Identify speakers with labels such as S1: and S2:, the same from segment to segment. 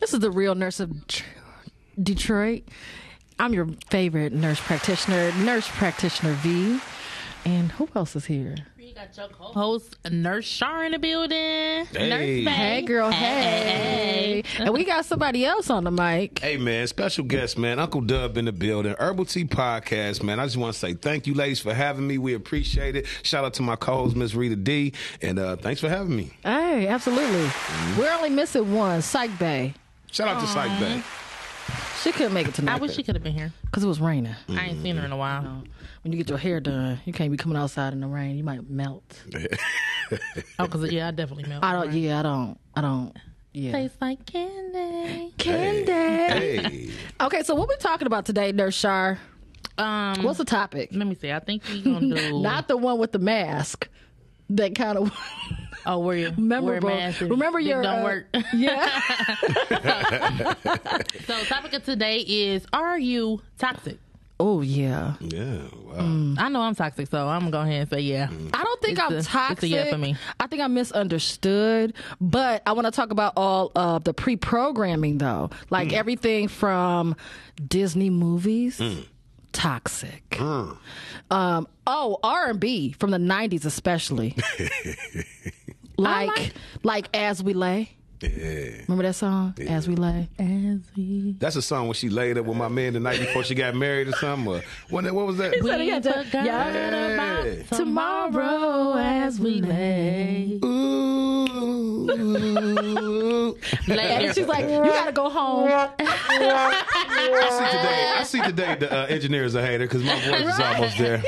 S1: This is the real nurse of Tr- Detroit. I'm your favorite nurse practitioner, Nurse Practitioner V. And who else is here?
S2: You got your co-host, Nurse Shar, in the building.
S3: Hey.
S2: Nurse Faye.
S1: Hey, girl.
S2: Hey.
S1: Hey. And we got somebody else on the mic.
S3: Hey man, special guest man, Uncle Dub in the building, Herbal Tea Podcast man. I just want to say thank you, ladies, for having me. We appreciate it. Shout out to my co-host Miss Rita D, and uh, thanks for having me.
S1: Hey, absolutely. We're only missing one, Psych Bay.
S3: Shout out to Psych Bay.
S1: She couldn't make it tonight.
S2: I wish she could have been here.
S1: because it was raining.
S2: I ain't seen her in a while.
S1: When you get your hair done, you can't be coming outside in the rain. You might melt.
S2: Oh, because, yeah, I definitely melt.
S1: I don't. Yeah, I don't. I don't. Yeah.
S2: Tastes like candy.
S1: Candy.
S3: Hey,
S1: Okay, so what we talking about today, Nurse Shar?
S2: Um,
S1: What's the topic?
S2: let me see. I think we gonna do.
S1: Not the one with the mask. That kind of
S2: oh, where you
S1: memorable.
S2: Wear a mask and
S1: Remember
S2: dick
S1: your
S2: don't
S1: uh,
S2: work.
S1: Yeah.
S2: so, topic of today is: Are you toxic?
S1: oh yeah.
S3: yeah, wow.
S1: Mm.
S2: I know I'm toxic, so I'm gonna go ahead and say yeah.
S1: I don't think
S2: It's
S1: I'm
S2: a- it's a
S1: toxic.
S2: yeah for me.
S1: I think I'm misunderstood, but I want to talk about all of the pre-programming though, like everything from Disney movies. Toxic.
S3: Mm.
S1: Um, oh, R and B from the '90s, especially. like, like, as we lay.
S3: Yeah.
S1: Remember that song, "As We Lay."
S2: As we
S3: That's a song when she laid up with my man the night before she got married or something. Or, what, what was that?
S1: said it again,
S2: forgot
S1: yeah.
S2: about
S1: Tomorrow, as we lay.
S3: Ooh.
S1: And she's like, "You gotta go home."
S3: I see today. I see today. The uh, engineer is a hater because my voice is almost there.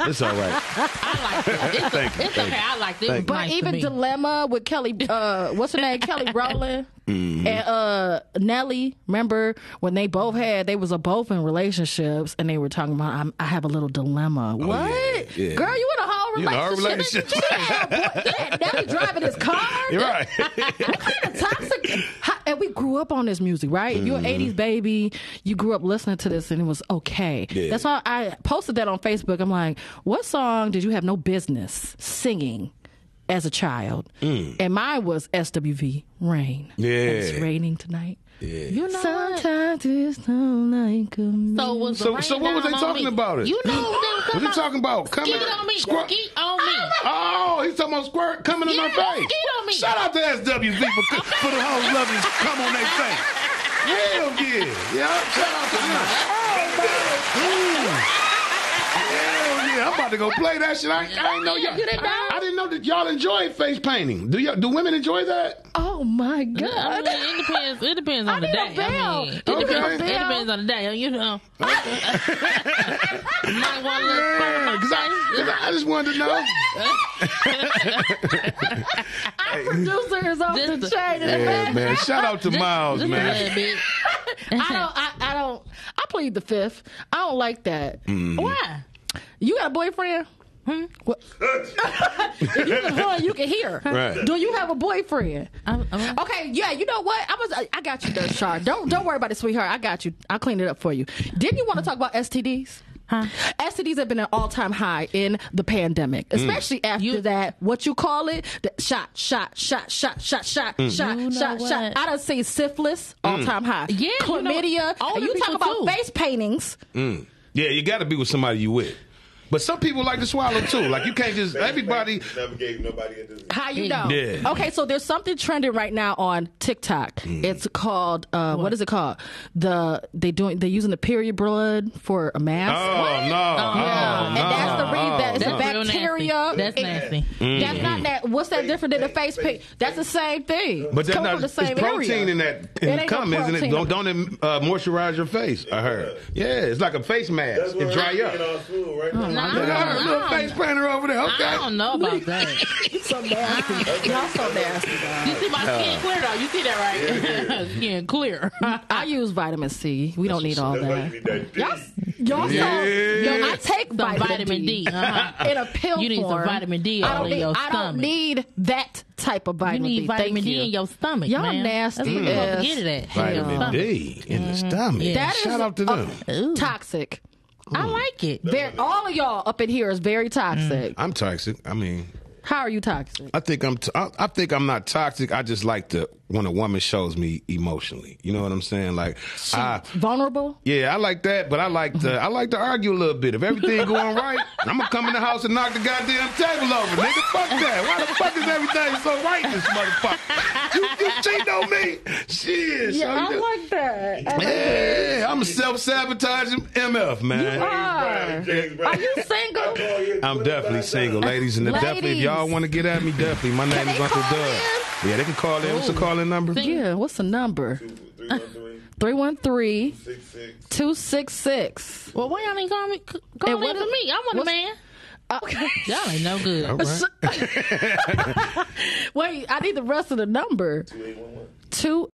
S3: It's all right.
S2: I like it. It's,
S3: Thank you,
S2: it's
S3: thank
S2: okay.
S3: you.
S2: I like it.
S3: Thank
S2: It's
S3: you.
S1: But
S2: nice to
S1: even
S2: me.
S1: Dilemma with Kelly, uh, what's her name? Kelly Rowland
S3: Mm-hmm.
S1: and uh, Nelly. Remember when they both had, they was a both in relationships and they were talking about, I'm, I have a little dilemma. what?
S3: Oh, yeah, yeah.
S1: Girl, you in a whole
S3: You in a whole
S1: relationship.
S3: relationship.
S1: yeah, boy, yeah, Nelly driving his car.
S3: You're right.
S1: Toxic. How- and we grew up on this music, right? You're an 80s baby. You grew up listening to this and it was okay.
S3: Yeah.
S1: That's why I posted that on Facebook. I'm like, what song did you have no business singing? As a child, and mine was SWV Rain.
S3: Mm. Yeah.
S1: And it's raining tonight.
S2: you know what?
S1: Sometimes it's not like a me.
S2: So was the
S3: So-
S2: rain
S3: so what was
S2: down
S3: they
S2: on
S3: talking
S2: me?
S3: about it?
S2: You know what
S3: What
S2: they
S3: are you
S2: was
S3: talking about? Coming,
S2: Skeet on me.
S3: squirt-
S2: Skeet on me.
S3: Oh, he's talking about squirt coming in
S2: Yeah,
S3: my face.
S2: skeet on me.
S3: Shout out to SWV for, for the whole loving come on their face. Hell yeah. Yeah, shout out to them. Hell yeah. I'm about to go play that shit. I, I ain't know y'all.
S2: You didn't know?
S3: I didn't know that y'all enjoy face painting. Do y'all, do women enjoy that?
S1: oh my
S2: I
S1: God.
S2: mean, it depends. It depends on
S1: need
S2: the
S1: a
S2: day.
S1: bell.
S2: I mean, it,
S1: You
S3: need a
S2: depends, it
S1: bell.
S2: depends on the day. You know, might want a little squirt in
S3: Yeah,
S2: my
S3: because I,
S2: face.
S3: 'cause I just wanted to know.
S1: Our producer is off the
S2: Just-
S1: chain.
S3: Yeah, man. Shout out to
S2: Just-
S3: Miles,
S2: just
S3: man.
S2: A little bit.
S1: I don't. I, I don't. I plead the fifth. I don't like that.
S3: Mm.
S2: Why?
S1: You got a boyfriend? Hmm? What? if you can hunt, you can hear.
S3: Right.
S1: Do you have a boyfriend? Um,
S2: I'm- I'm-
S1: Okay, yeah, you know what? I was uh, I- I got you, Dirt Shark. Don't don't worry about it, sweetheart. I got you. I'll clean it up for you. Didn't you want to talk about STDs?
S2: Huh?
S1: STDs have been an all time high in the pandemic, especially after
S2: You-
S1: that. What you call it? The shot, shot, shot, shot, shot, shot, shot,
S2: You know
S1: shot, shot.
S2: what?
S1: I done seen syphilis all time high.
S2: Yeah, you know,
S1: chlamydia.
S2: older
S1: and you talk
S2: people
S1: about
S2: too.
S1: face paintings.
S3: Hmm. Yeah, you got to be with somebody you with. But some people like to swallow too. Like you can't just everybody.
S4: never gave nobody a disease.
S1: How
S2: Mm.
S1: you know?
S3: Yeah. Mm.
S1: Okay, so there's something trending right now on TikTok. It's called uh, what is it called? The they doing they using the period blood for a
S3: Oh
S1: mask.
S3: no!
S1: Yeah.
S3: Oh,
S1: and
S3: no.
S1: that's the read that it's
S3: oh,
S1: a
S3: no.
S2: back- real nasty.
S1: bacteria.
S2: That's
S1: It-
S2: nasty.
S3: Mm.
S1: That's not that. What's that different than the face paint? That's the same thing.
S3: But
S1: it's
S3: that's
S1: coming
S3: not
S1: from the
S3: it's
S1: same
S3: protein
S1: area.
S3: in that
S1: It
S3: in
S1: ain't
S3: cum,
S1: no
S3: isn't it?
S1: protein.
S3: Don't don't it, uh, moisturize your face. I heard. Yeah, it's like a face mask. It dry up.
S4: All food,
S1: Hmm,
S4: right?
S2: No, I
S3: Yeah,
S2: don't,
S3: I heard
S2: I
S3: a little
S2: don't-
S3: face painter over there. Okay.
S2: I don't know about that.
S1: so nasty. Y'all so nasty.
S2: You see my skin clear though. You see that right? skin clear.
S1: I use vitamin C. We don't need all
S4: That's why you
S1: that.
S4: need that dick.
S1: Y'all, y'all
S3: Yeah.
S1: so. Yo, I take
S2: Some vitamin D. Uh-huh.
S1: in a pill
S2: You need some
S1: form.
S2: vitamin D
S1: I
S2: all
S1: don't
S2: in
S1: need,
S2: your
S1: I don't
S2: stomach.
S1: need that type of
S2: You
S1: vitamin
S2: need
S1: D.
S2: vitamin
S1: Thank
S2: D
S1: you.
S2: in your stomach.
S1: Y'all
S2: man.
S1: nasty
S2: That's what you supposed
S1: ass.
S2: to get it at.
S3: Vitamin
S2: Hell.
S3: D in the stomach.
S2: That
S1: is-
S3: Shout out to them.
S2: Ooh.
S1: Toxic.
S2: I like it.
S3: Mm.
S1: Very, all of y'all up in here is very toxic.
S3: I'm toxic. I mean,
S1: How are you toxic?
S3: I think I'm. T- I, I think I'm not toxic. I just like to when a woman shows me emotionally. You know what I'm saying? Like, I
S1: Vulnerable?
S3: yeah, I like that, but I like to. I like to argue a little bit. If everything going right, I'm gonna come in the house and knock the goddamn table over, nigga. Fuck that. Why the fuck is everything so right, in this motherfucker? You, you cheating on me? Shit. so you just-
S1: like that.
S3: yeah, I'm a self sabotaging MF man.
S1: Are you single?
S3: I'm definitely single, ladies, and if definitely if
S1: Ladies.
S3: y'all want to get at me, definitely. My name is
S1: they
S3: Uncle
S1: call
S3: Doug. Yeah, they can call in. What's the calling number?
S1: Yeah, what's the number? 313 266.
S2: Well, why y'all ain't calling me? c-
S1: And
S2: Calling
S1: what
S2: in for
S1: is-
S2: me? I'm a
S1: what's-
S2: man.
S1: Okay.
S2: Y'all ain't no good.
S3: All right.
S1: Wait, I need the rest of the number. Two.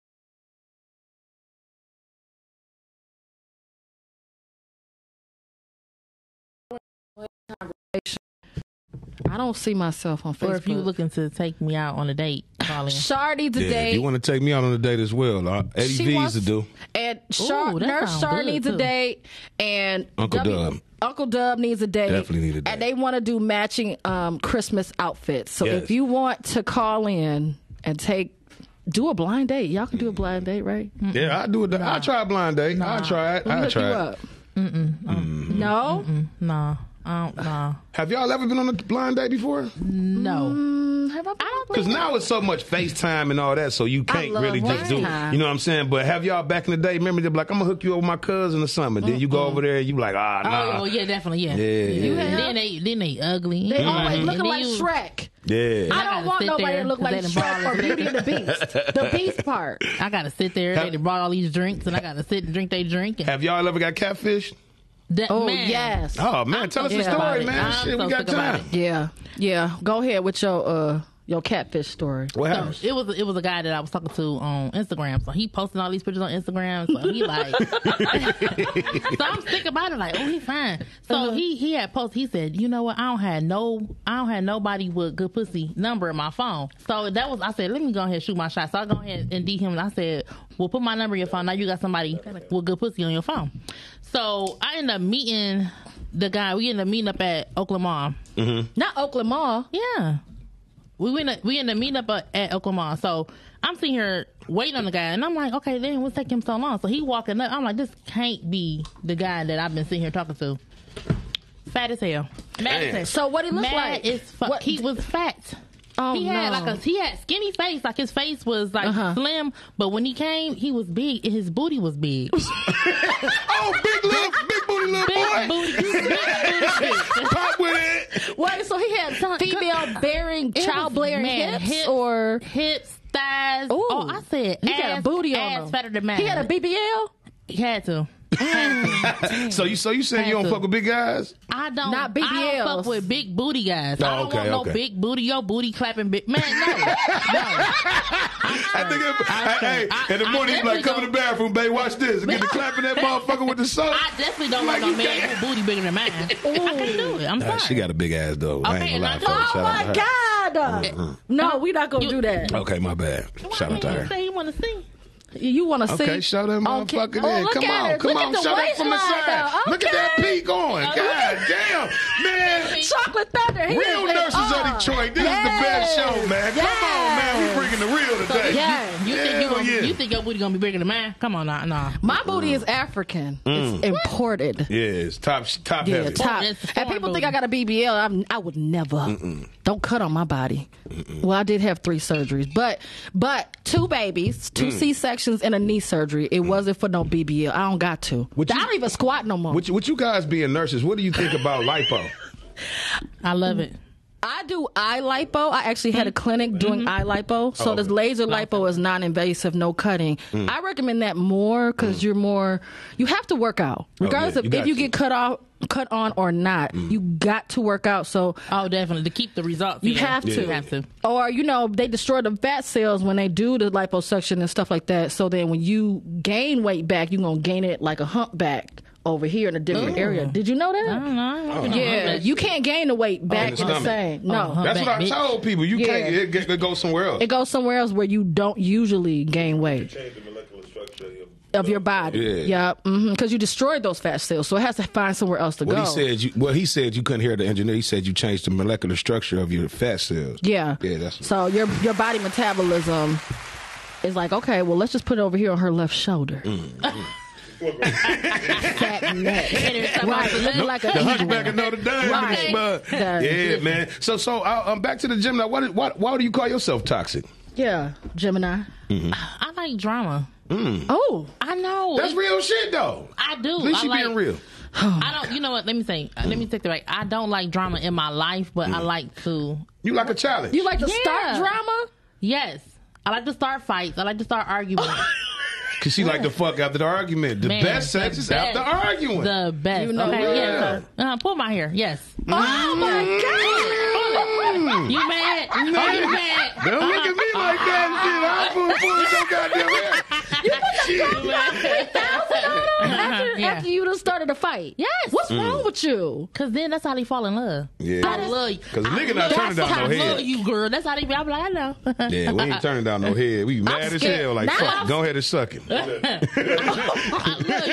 S1: I don't see myself on Facebook.
S2: Or if you looking to take me out on a date, call in.
S1: Shardy
S3: Yeah,
S1: today.
S3: if you want to take me out on a date as well, uh, Eddie
S1: She
S3: V's
S1: wants-
S3: to do.
S1: And Shar-
S2: Ooh, that
S1: Nurse
S2: sound
S1: Shar
S2: good,
S1: needs a
S2: too.
S1: date, and
S3: Uncle
S1: W-
S3: Dub.
S1: Uncle Dub needs a date.
S3: Definitely need a date.
S1: And they want to do matching um, Christmas outfits. So
S3: Yes.
S1: if you want to call in and take, do a blind date. Y'all can do a blind date, right?
S3: Yeah, I do it. I try a blind date. I try it. I
S1: Look you
S3: try it. Mm-hmm.
S1: up.
S2: Oh.
S1: No,
S2: Nah, I don't. Nah,
S3: Have y'all ever been on a blind date before?
S2: no.
S1: Mm, have I? been on
S3: Because now it's so much FaceTime and all that, so you can't
S1: love
S3: really just do.
S1: FaceTime.
S3: You know what I'm saying? But have y'all back in the day? Remember, they're like, I'm gonna hook you up with my cousin or something. And then you go over there, and you like, ah,
S2: Oh,
S3: nah,
S2: well, yeah, definitely, yeah.
S3: Yeah, yeah,
S1: yeah.
S2: Then they, then they ugly.
S3: Mm-hmm.
S1: They always
S2: Mhm.
S1: looking
S2: And
S1: like
S2: you-
S1: Shrek.
S3: yeah.
S1: I don't
S2: gotta
S1: want
S2: sit
S1: nobody
S2: there
S1: to look
S2: 'cause
S1: like
S2: they done
S1: Shrek
S2: brought
S1: from
S2: it.
S1: Beauty and the Beast. The Beast part.
S2: I gotta sit there. They done brought all these drinks, and I gotta sit and drink. They drink. And
S3: Have y'all ever got catfished?
S2: that,
S1: Oh
S2: man,
S1: yes.
S3: Oh man, tell us the
S1: sick about
S3: story,
S2: it.
S3: man.
S2: I'm
S3: Shit,
S2: so
S3: we got
S2: sick about
S3: time.
S1: Yeah, yeah. Go ahead with your uh your catfish story.
S2: So,
S3: What happened?
S2: it was it was a guy that I was talking to on Instagram. So he posted all these pictures on Instagram. So he like, so I'm sick about it. Like, oh, he fine. So he he had posted. He said, you know what? I don't have no I don't have nobody with good pussy number in my phone. So that was I said, let me go ahead and shoot my shot. So I go ahead and D him and I said, well, put my number in your phone. Now you got somebody with good pussy on your phone. So I ended up meeting the guy. We ended up meeting up at Oklahoma.
S1: Not Oakland Mall.
S2: Yeah. We went we in the meetup at- at Oklahoma. So I'm sitting here waiting on the guy and I'm like, okay, then what's taking him so long? So he walking up. I'm like, this can't be the guy that I've been sitting here talking to. Fat as hell. Mad
S3: Damn.
S2: as hell.
S1: So what he look
S2: Mad
S1: like?
S2: as fuck.
S1: What-
S2: He was fat.
S1: Oh,
S2: he had
S1: no.
S2: like a he had skinny face, like his face was like
S1: Uh-huh.
S2: slim, but when he came, he was big. and His booty was big.
S3: Oh, big little, big booty little
S2: big
S3: boy.
S2: booty, big booty.
S3: Pop with it.
S1: Wait, so he had female bearing,
S2: It
S1: child
S2: was
S1: blaring
S2: man,
S1: hips, or
S2: hips, thighs.
S1: Ooh.
S2: oh, I said
S1: he
S2: ass,
S1: got a booty on
S2: ass
S1: him.
S2: fatter than mine.
S1: He had a BBL.
S2: He had to.
S3: So you, so you saying you don't
S2: Handsome.
S3: fuck with big guys?
S2: I don't.
S1: Not
S2: I don't
S1: BBLs.
S2: fuck with big booty guys.
S3: Oh,
S2: I don't
S3: okay,
S2: want no
S3: okay.
S2: big booty. Your booty clapping big man. No, no.
S3: I think it,
S2: I-
S3: hey, hey,
S2: I-
S3: in the
S2: I
S3: morning, he's like,
S2: definitely
S3: come to the bathroom, babe, watch this. And get the clapping that motherfucker with the soap.
S2: I definitely don't like no
S3: Like you
S2: man
S3: can't.
S2: with booty bigger than mine. I can do it. I'm sorry.
S3: She got a big ass, though. I
S2: Okay,
S3: ain't gonna
S2: and
S3: lie.
S2: I-
S3: fellas.
S2: Oh
S3: Shout out to her.
S1: God!
S3: Mm-hmm.
S1: No, we're not gonna
S2: You-
S1: do that.
S3: Okay, my bad. Shout out to her.
S2: Say you want to sing.
S1: You want to
S3: Okay,
S1: see?
S3: show that
S1: on ca-
S3: motherfucker
S1: Oh,
S3: in.
S1: look
S3: Come
S1: at
S3: on,
S1: her.
S3: come
S1: Look
S3: on,
S1: at the
S3: show that from the
S1: waistline,
S3: side.
S1: though.
S3: Look at that
S1: Okay.
S3: pee going.
S1: Okay.
S3: God damn, man.
S1: Chocolate Thunder. He
S3: Real
S1: is-
S3: nurses
S1: oh.
S3: of Detroit. This
S1: Yes.
S3: is the best show, man. Come on, man.
S1: Yes.
S3: We bringing the real today.
S1: yes.
S2: You
S3: Hell
S2: think you gonna,
S3: yeah.
S2: you think your booty gonna be bigger than mine? Come on, nah, nah.
S1: My booty is African.
S3: Mm.
S1: It's imported.
S3: Yeah, it's top top
S1: Yeah,
S3: heavy.
S1: top.
S2: It's
S1: And people
S2: foreign
S1: think I got a BBL. I'm, I would never. Don't cut on my body. Well, I did have three surgeries, but but two babies, two
S3: Mm.
S1: C sections, and a knee surgery. It wasn't for no BBL. I don't got to.
S3: Would
S1: I
S3: you-
S1: don't even squat no more.
S3: What you, what you guys being nurses? What do you think about lipo?
S2: I love it.
S1: I do eye lipo. I actually had a clinic doing eye lipo.
S3: Oh,
S1: So this laser lipo is non-invasive, no cutting.
S3: Mm.
S1: I recommend that more because you're more. You have to work out, regardless
S3: Oh,
S1: of
S3: yeah, you
S1: if
S3: got
S1: you
S3: to. Mm.
S1: get cut off, cut on or not. You got to work out. So
S2: Oh, definitely to keep the results.
S1: You
S2: know.
S1: have to.
S2: You have to.
S1: Or, you know, they destroy the fat cells when they do the liposuction and stuff like that. So then when you gain weight back, you're going to gain it like a humpback over here in a different area. Did you know
S2: I don't
S1: that?
S2: know.
S3: Oh.
S2: I ain't working on
S1: Yeah,
S2: that.
S1: you can't gain the weight back
S3: Uh-huh. in the
S1: in the
S3: stomach.
S1: same. No.
S2: Uh-huh.
S3: That's what I
S2: Back, bitch.
S3: told people. You can't.
S1: Yeah.
S3: It, g- it goes somewhere else.
S1: It goes somewhere else where you don't usually gain weight.
S4: Change the molecular structure of your
S1: of your body.
S3: Yeah.
S1: Because you destroyed those fat cells, so it has to find somewhere else to
S3: Well,
S1: go.
S3: he said you. Well, he said you couldn't hear the engineer. He said you changed the molecular structure of your fat cells.
S1: yeah.
S3: Yeah, that's-
S1: so your your body metabolism is like, okay, well, let's just put it over here on her left shoulder. Fat neck.
S2: And it's something
S1: Right.
S2: else.
S1: Look like a
S3: The
S1: eagle.
S3: Hunchback of Notre Dame. in
S1: Right.
S3: this mug.
S1: That-
S3: Yeah, man. So, so uh, um, back to the gym. Now, what, what, why do you call yourself toxic?
S1: Yeah, Gemini.
S2: I like drama.
S1: Oh,
S2: I know.
S3: That's real shit, though.
S2: I do.
S3: At least
S2: I
S3: you
S2: like,
S3: being real.
S2: I don't. You know what? Let me say. Let me take the right. I don't like drama in my life, but I
S3: Mm.
S2: like to.
S3: You like a challenge.
S1: you like to
S2: Yeah.
S1: start drama?
S2: Yes, I like to start fights. I like to start arguments.
S3: Cause she like to fuck after the argument. The
S2: Man,
S3: best sex
S2: the
S3: is
S2: best.
S3: after arguing.
S2: the best.
S1: You know
S2: okay.
S1: what?
S2: Yes. Uh, pull my hair. Yes.
S3: Mm.
S1: Oh my God!
S2: You mad? Are you mad?
S3: Don't look at me like that and shit. I'm full full of your goddamn ass. Shit.
S1: after,
S2: Yeah.
S1: after you done started a fight.
S2: Yes.
S3: Mm.
S1: What's wrong with you?
S2: Cause then that's how they fall in love.
S3: Yeah.
S2: I love you.
S3: 'Cause
S2: I
S3: nigga not
S2: love-
S3: turning down
S2: that's
S3: no
S2: how I
S3: head.
S2: love you, girl. That's how they be. I'm like, I know.
S3: Yeah, we ain't turning down no head. We mad as
S1: scared.
S3: hell. Like,
S1: Now
S3: fuck,
S1: I'm-
S3: go ahead and suck him.
S2: I love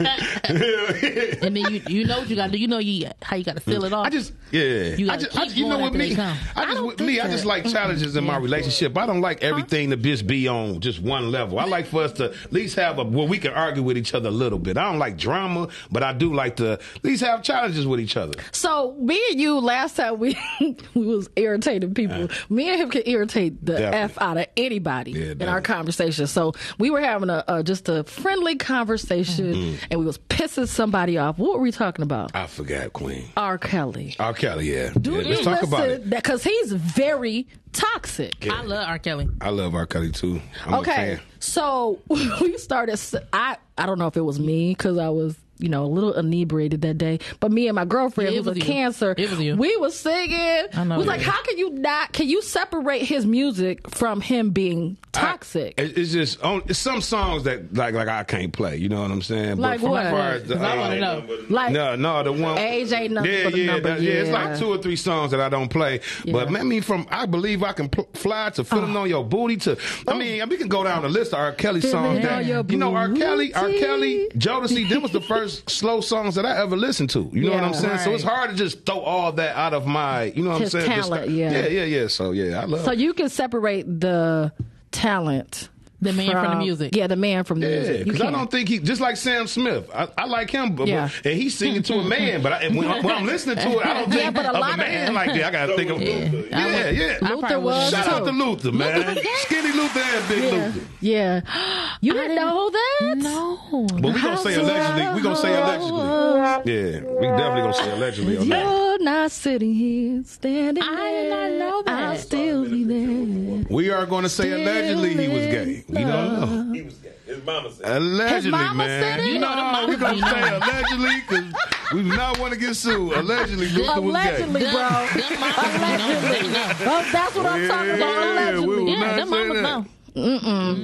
S2: you, girl. and then you you know what you got to do. You know you how you got to seal it off.
S3: Mm. I just, yeah.
S2: You
S3: I
S2: gotta
S3: just, I,
S2: keep
S3: you know
S2: going
S3: what
S2: after
S3: me?
S2: they come.
S3: I just, with me, I just like challenges in my relationship. I don't like everything to just be on just one level. I like for us to at least have a where we can argue with each other a little bit. I don't like drama, but I do like to at least have challenges with each other.
S1: So me and you last time we we was irritating people. me and him can irritate the
S3: Uh. Definitely.
S1: f out of anybody
S3: Yeah,
S1: in our
S3: definitely.
S1: conversation. So we were having a, a just a friendly conversation,
S3: Mm-hmm.
S1: and we was pissing somebody off. What were we talking about?
S3: I forgot, Queen.
S1: R. Kelly.
S3: R. Kelly, yeah.
S1: Do
S3: yeah
S1: you
S3: let's talk about it.
S1: listen? Because he's very toxic.
S2: I love R. Kelly.
S3: I love R. Kelly too. I'm a
S1: okay
S3: fan.
S1: so we started s- i i don't know if it was me because i was you know a little inebriated that day but me and my girlfriend who
S2: Yeah, it
S1: was a
S2: was you.
S1: cancer
S2: It was you.
S1: we was singing
S2: I know
S1: we was
S2: it
S1: like
S2: was.
S1: how can you not can you separate his music from him being toxic
S3: I- it- it's just on, it's some songs that like like I can't play. You know what I'm saying?
S1: Like
S3: from
S1: what?
S3: As far as the,
S2: 'Cause I wanna
S3: uh,
S2: know.
S1: like
S3: No, no, the one
S1: Age ain't nothing
S3: yeah,
S1: but a
S3: yeah,
S1: number,
S3: that- yeah, It's
S1: yeah.
S3: like two or three songs that I don't play. But man, I mean, from I believe I can pl- fly
S1: Oh.
S3: to feeling on your booty to. I mean, we can go down the list of R. Kelly songs
S1: Feeling
S3: that
S1: Oh. on your
S3: you know R. Kelly, R.
S1: booty.
S3: Kelly, Jodeci. Them was the first slow songs that I ever listened to. You know what
S1: Yeah,
S3: I'm saying? So
S2: right.
S3: it's hard to just throw all that out of my. You know what
S1: His
S3: I'm saying? Just-
S1: talent, yeah.
S3: yeah, yeah, yeah. So yeah, I love.
S1: so you can separate the talent
S2: The man from, the music.
S1: yeah the man from the
S3: Yeah,
S1: music You
S3: because I
S1: can't.
S3: don't think he just like Sam Smith. I, I like him, but
S1: Yeah.
S3: and he's singing to a man. But I, and when, I- when I'm listening to it, I don't
S1: Yeah,
S3: think
S1: but a
S3: of
S1: lot
S3: a
S1: of-
S3: man like that. I gotta think of
S4: Yeah.
S3: yeah, yeah.
S2: I
S1: luther
S2: probably
S1: was
S2: was.
S3: Shout
S1: too.
S3: out to Luther, man. Skinny Luther and Big
S1: yeah.
S3: Luther.
S1: yeah you didn't,
S2: didn't-
S1: know that
S2: No.
S3: But we gonna say allegedly. We gonna say allegedly. Yeah, we definitely gonna say allegedly. On that.
S1: You're not sitting here standing
S2: I did
S1: there.
S2: not know that.
S1: I'll still be there.
S3: We are gonna say allegedly he was gay. We don't know.
S4: He was gay. His mama said.
S3: Allegedly,
S1: His mama
S3: man.
S1: said it? You
S2: know the mama
S3: we gonna
S2: be
S3: say
S2: knowing.
S3: allegedly because we do not want to get sued. Allegedly, Luther was gay.
S1: Allegedly, bro.
S2: Them mamas know. They know.
S1: Oh, that's what I'm talking about.
S3: Yeah, we
S1: Allegedly.
S3: will
S2: Yeah,
S3: not
S2: them
S3: say
S2: mamas
S3: that.
S2: know.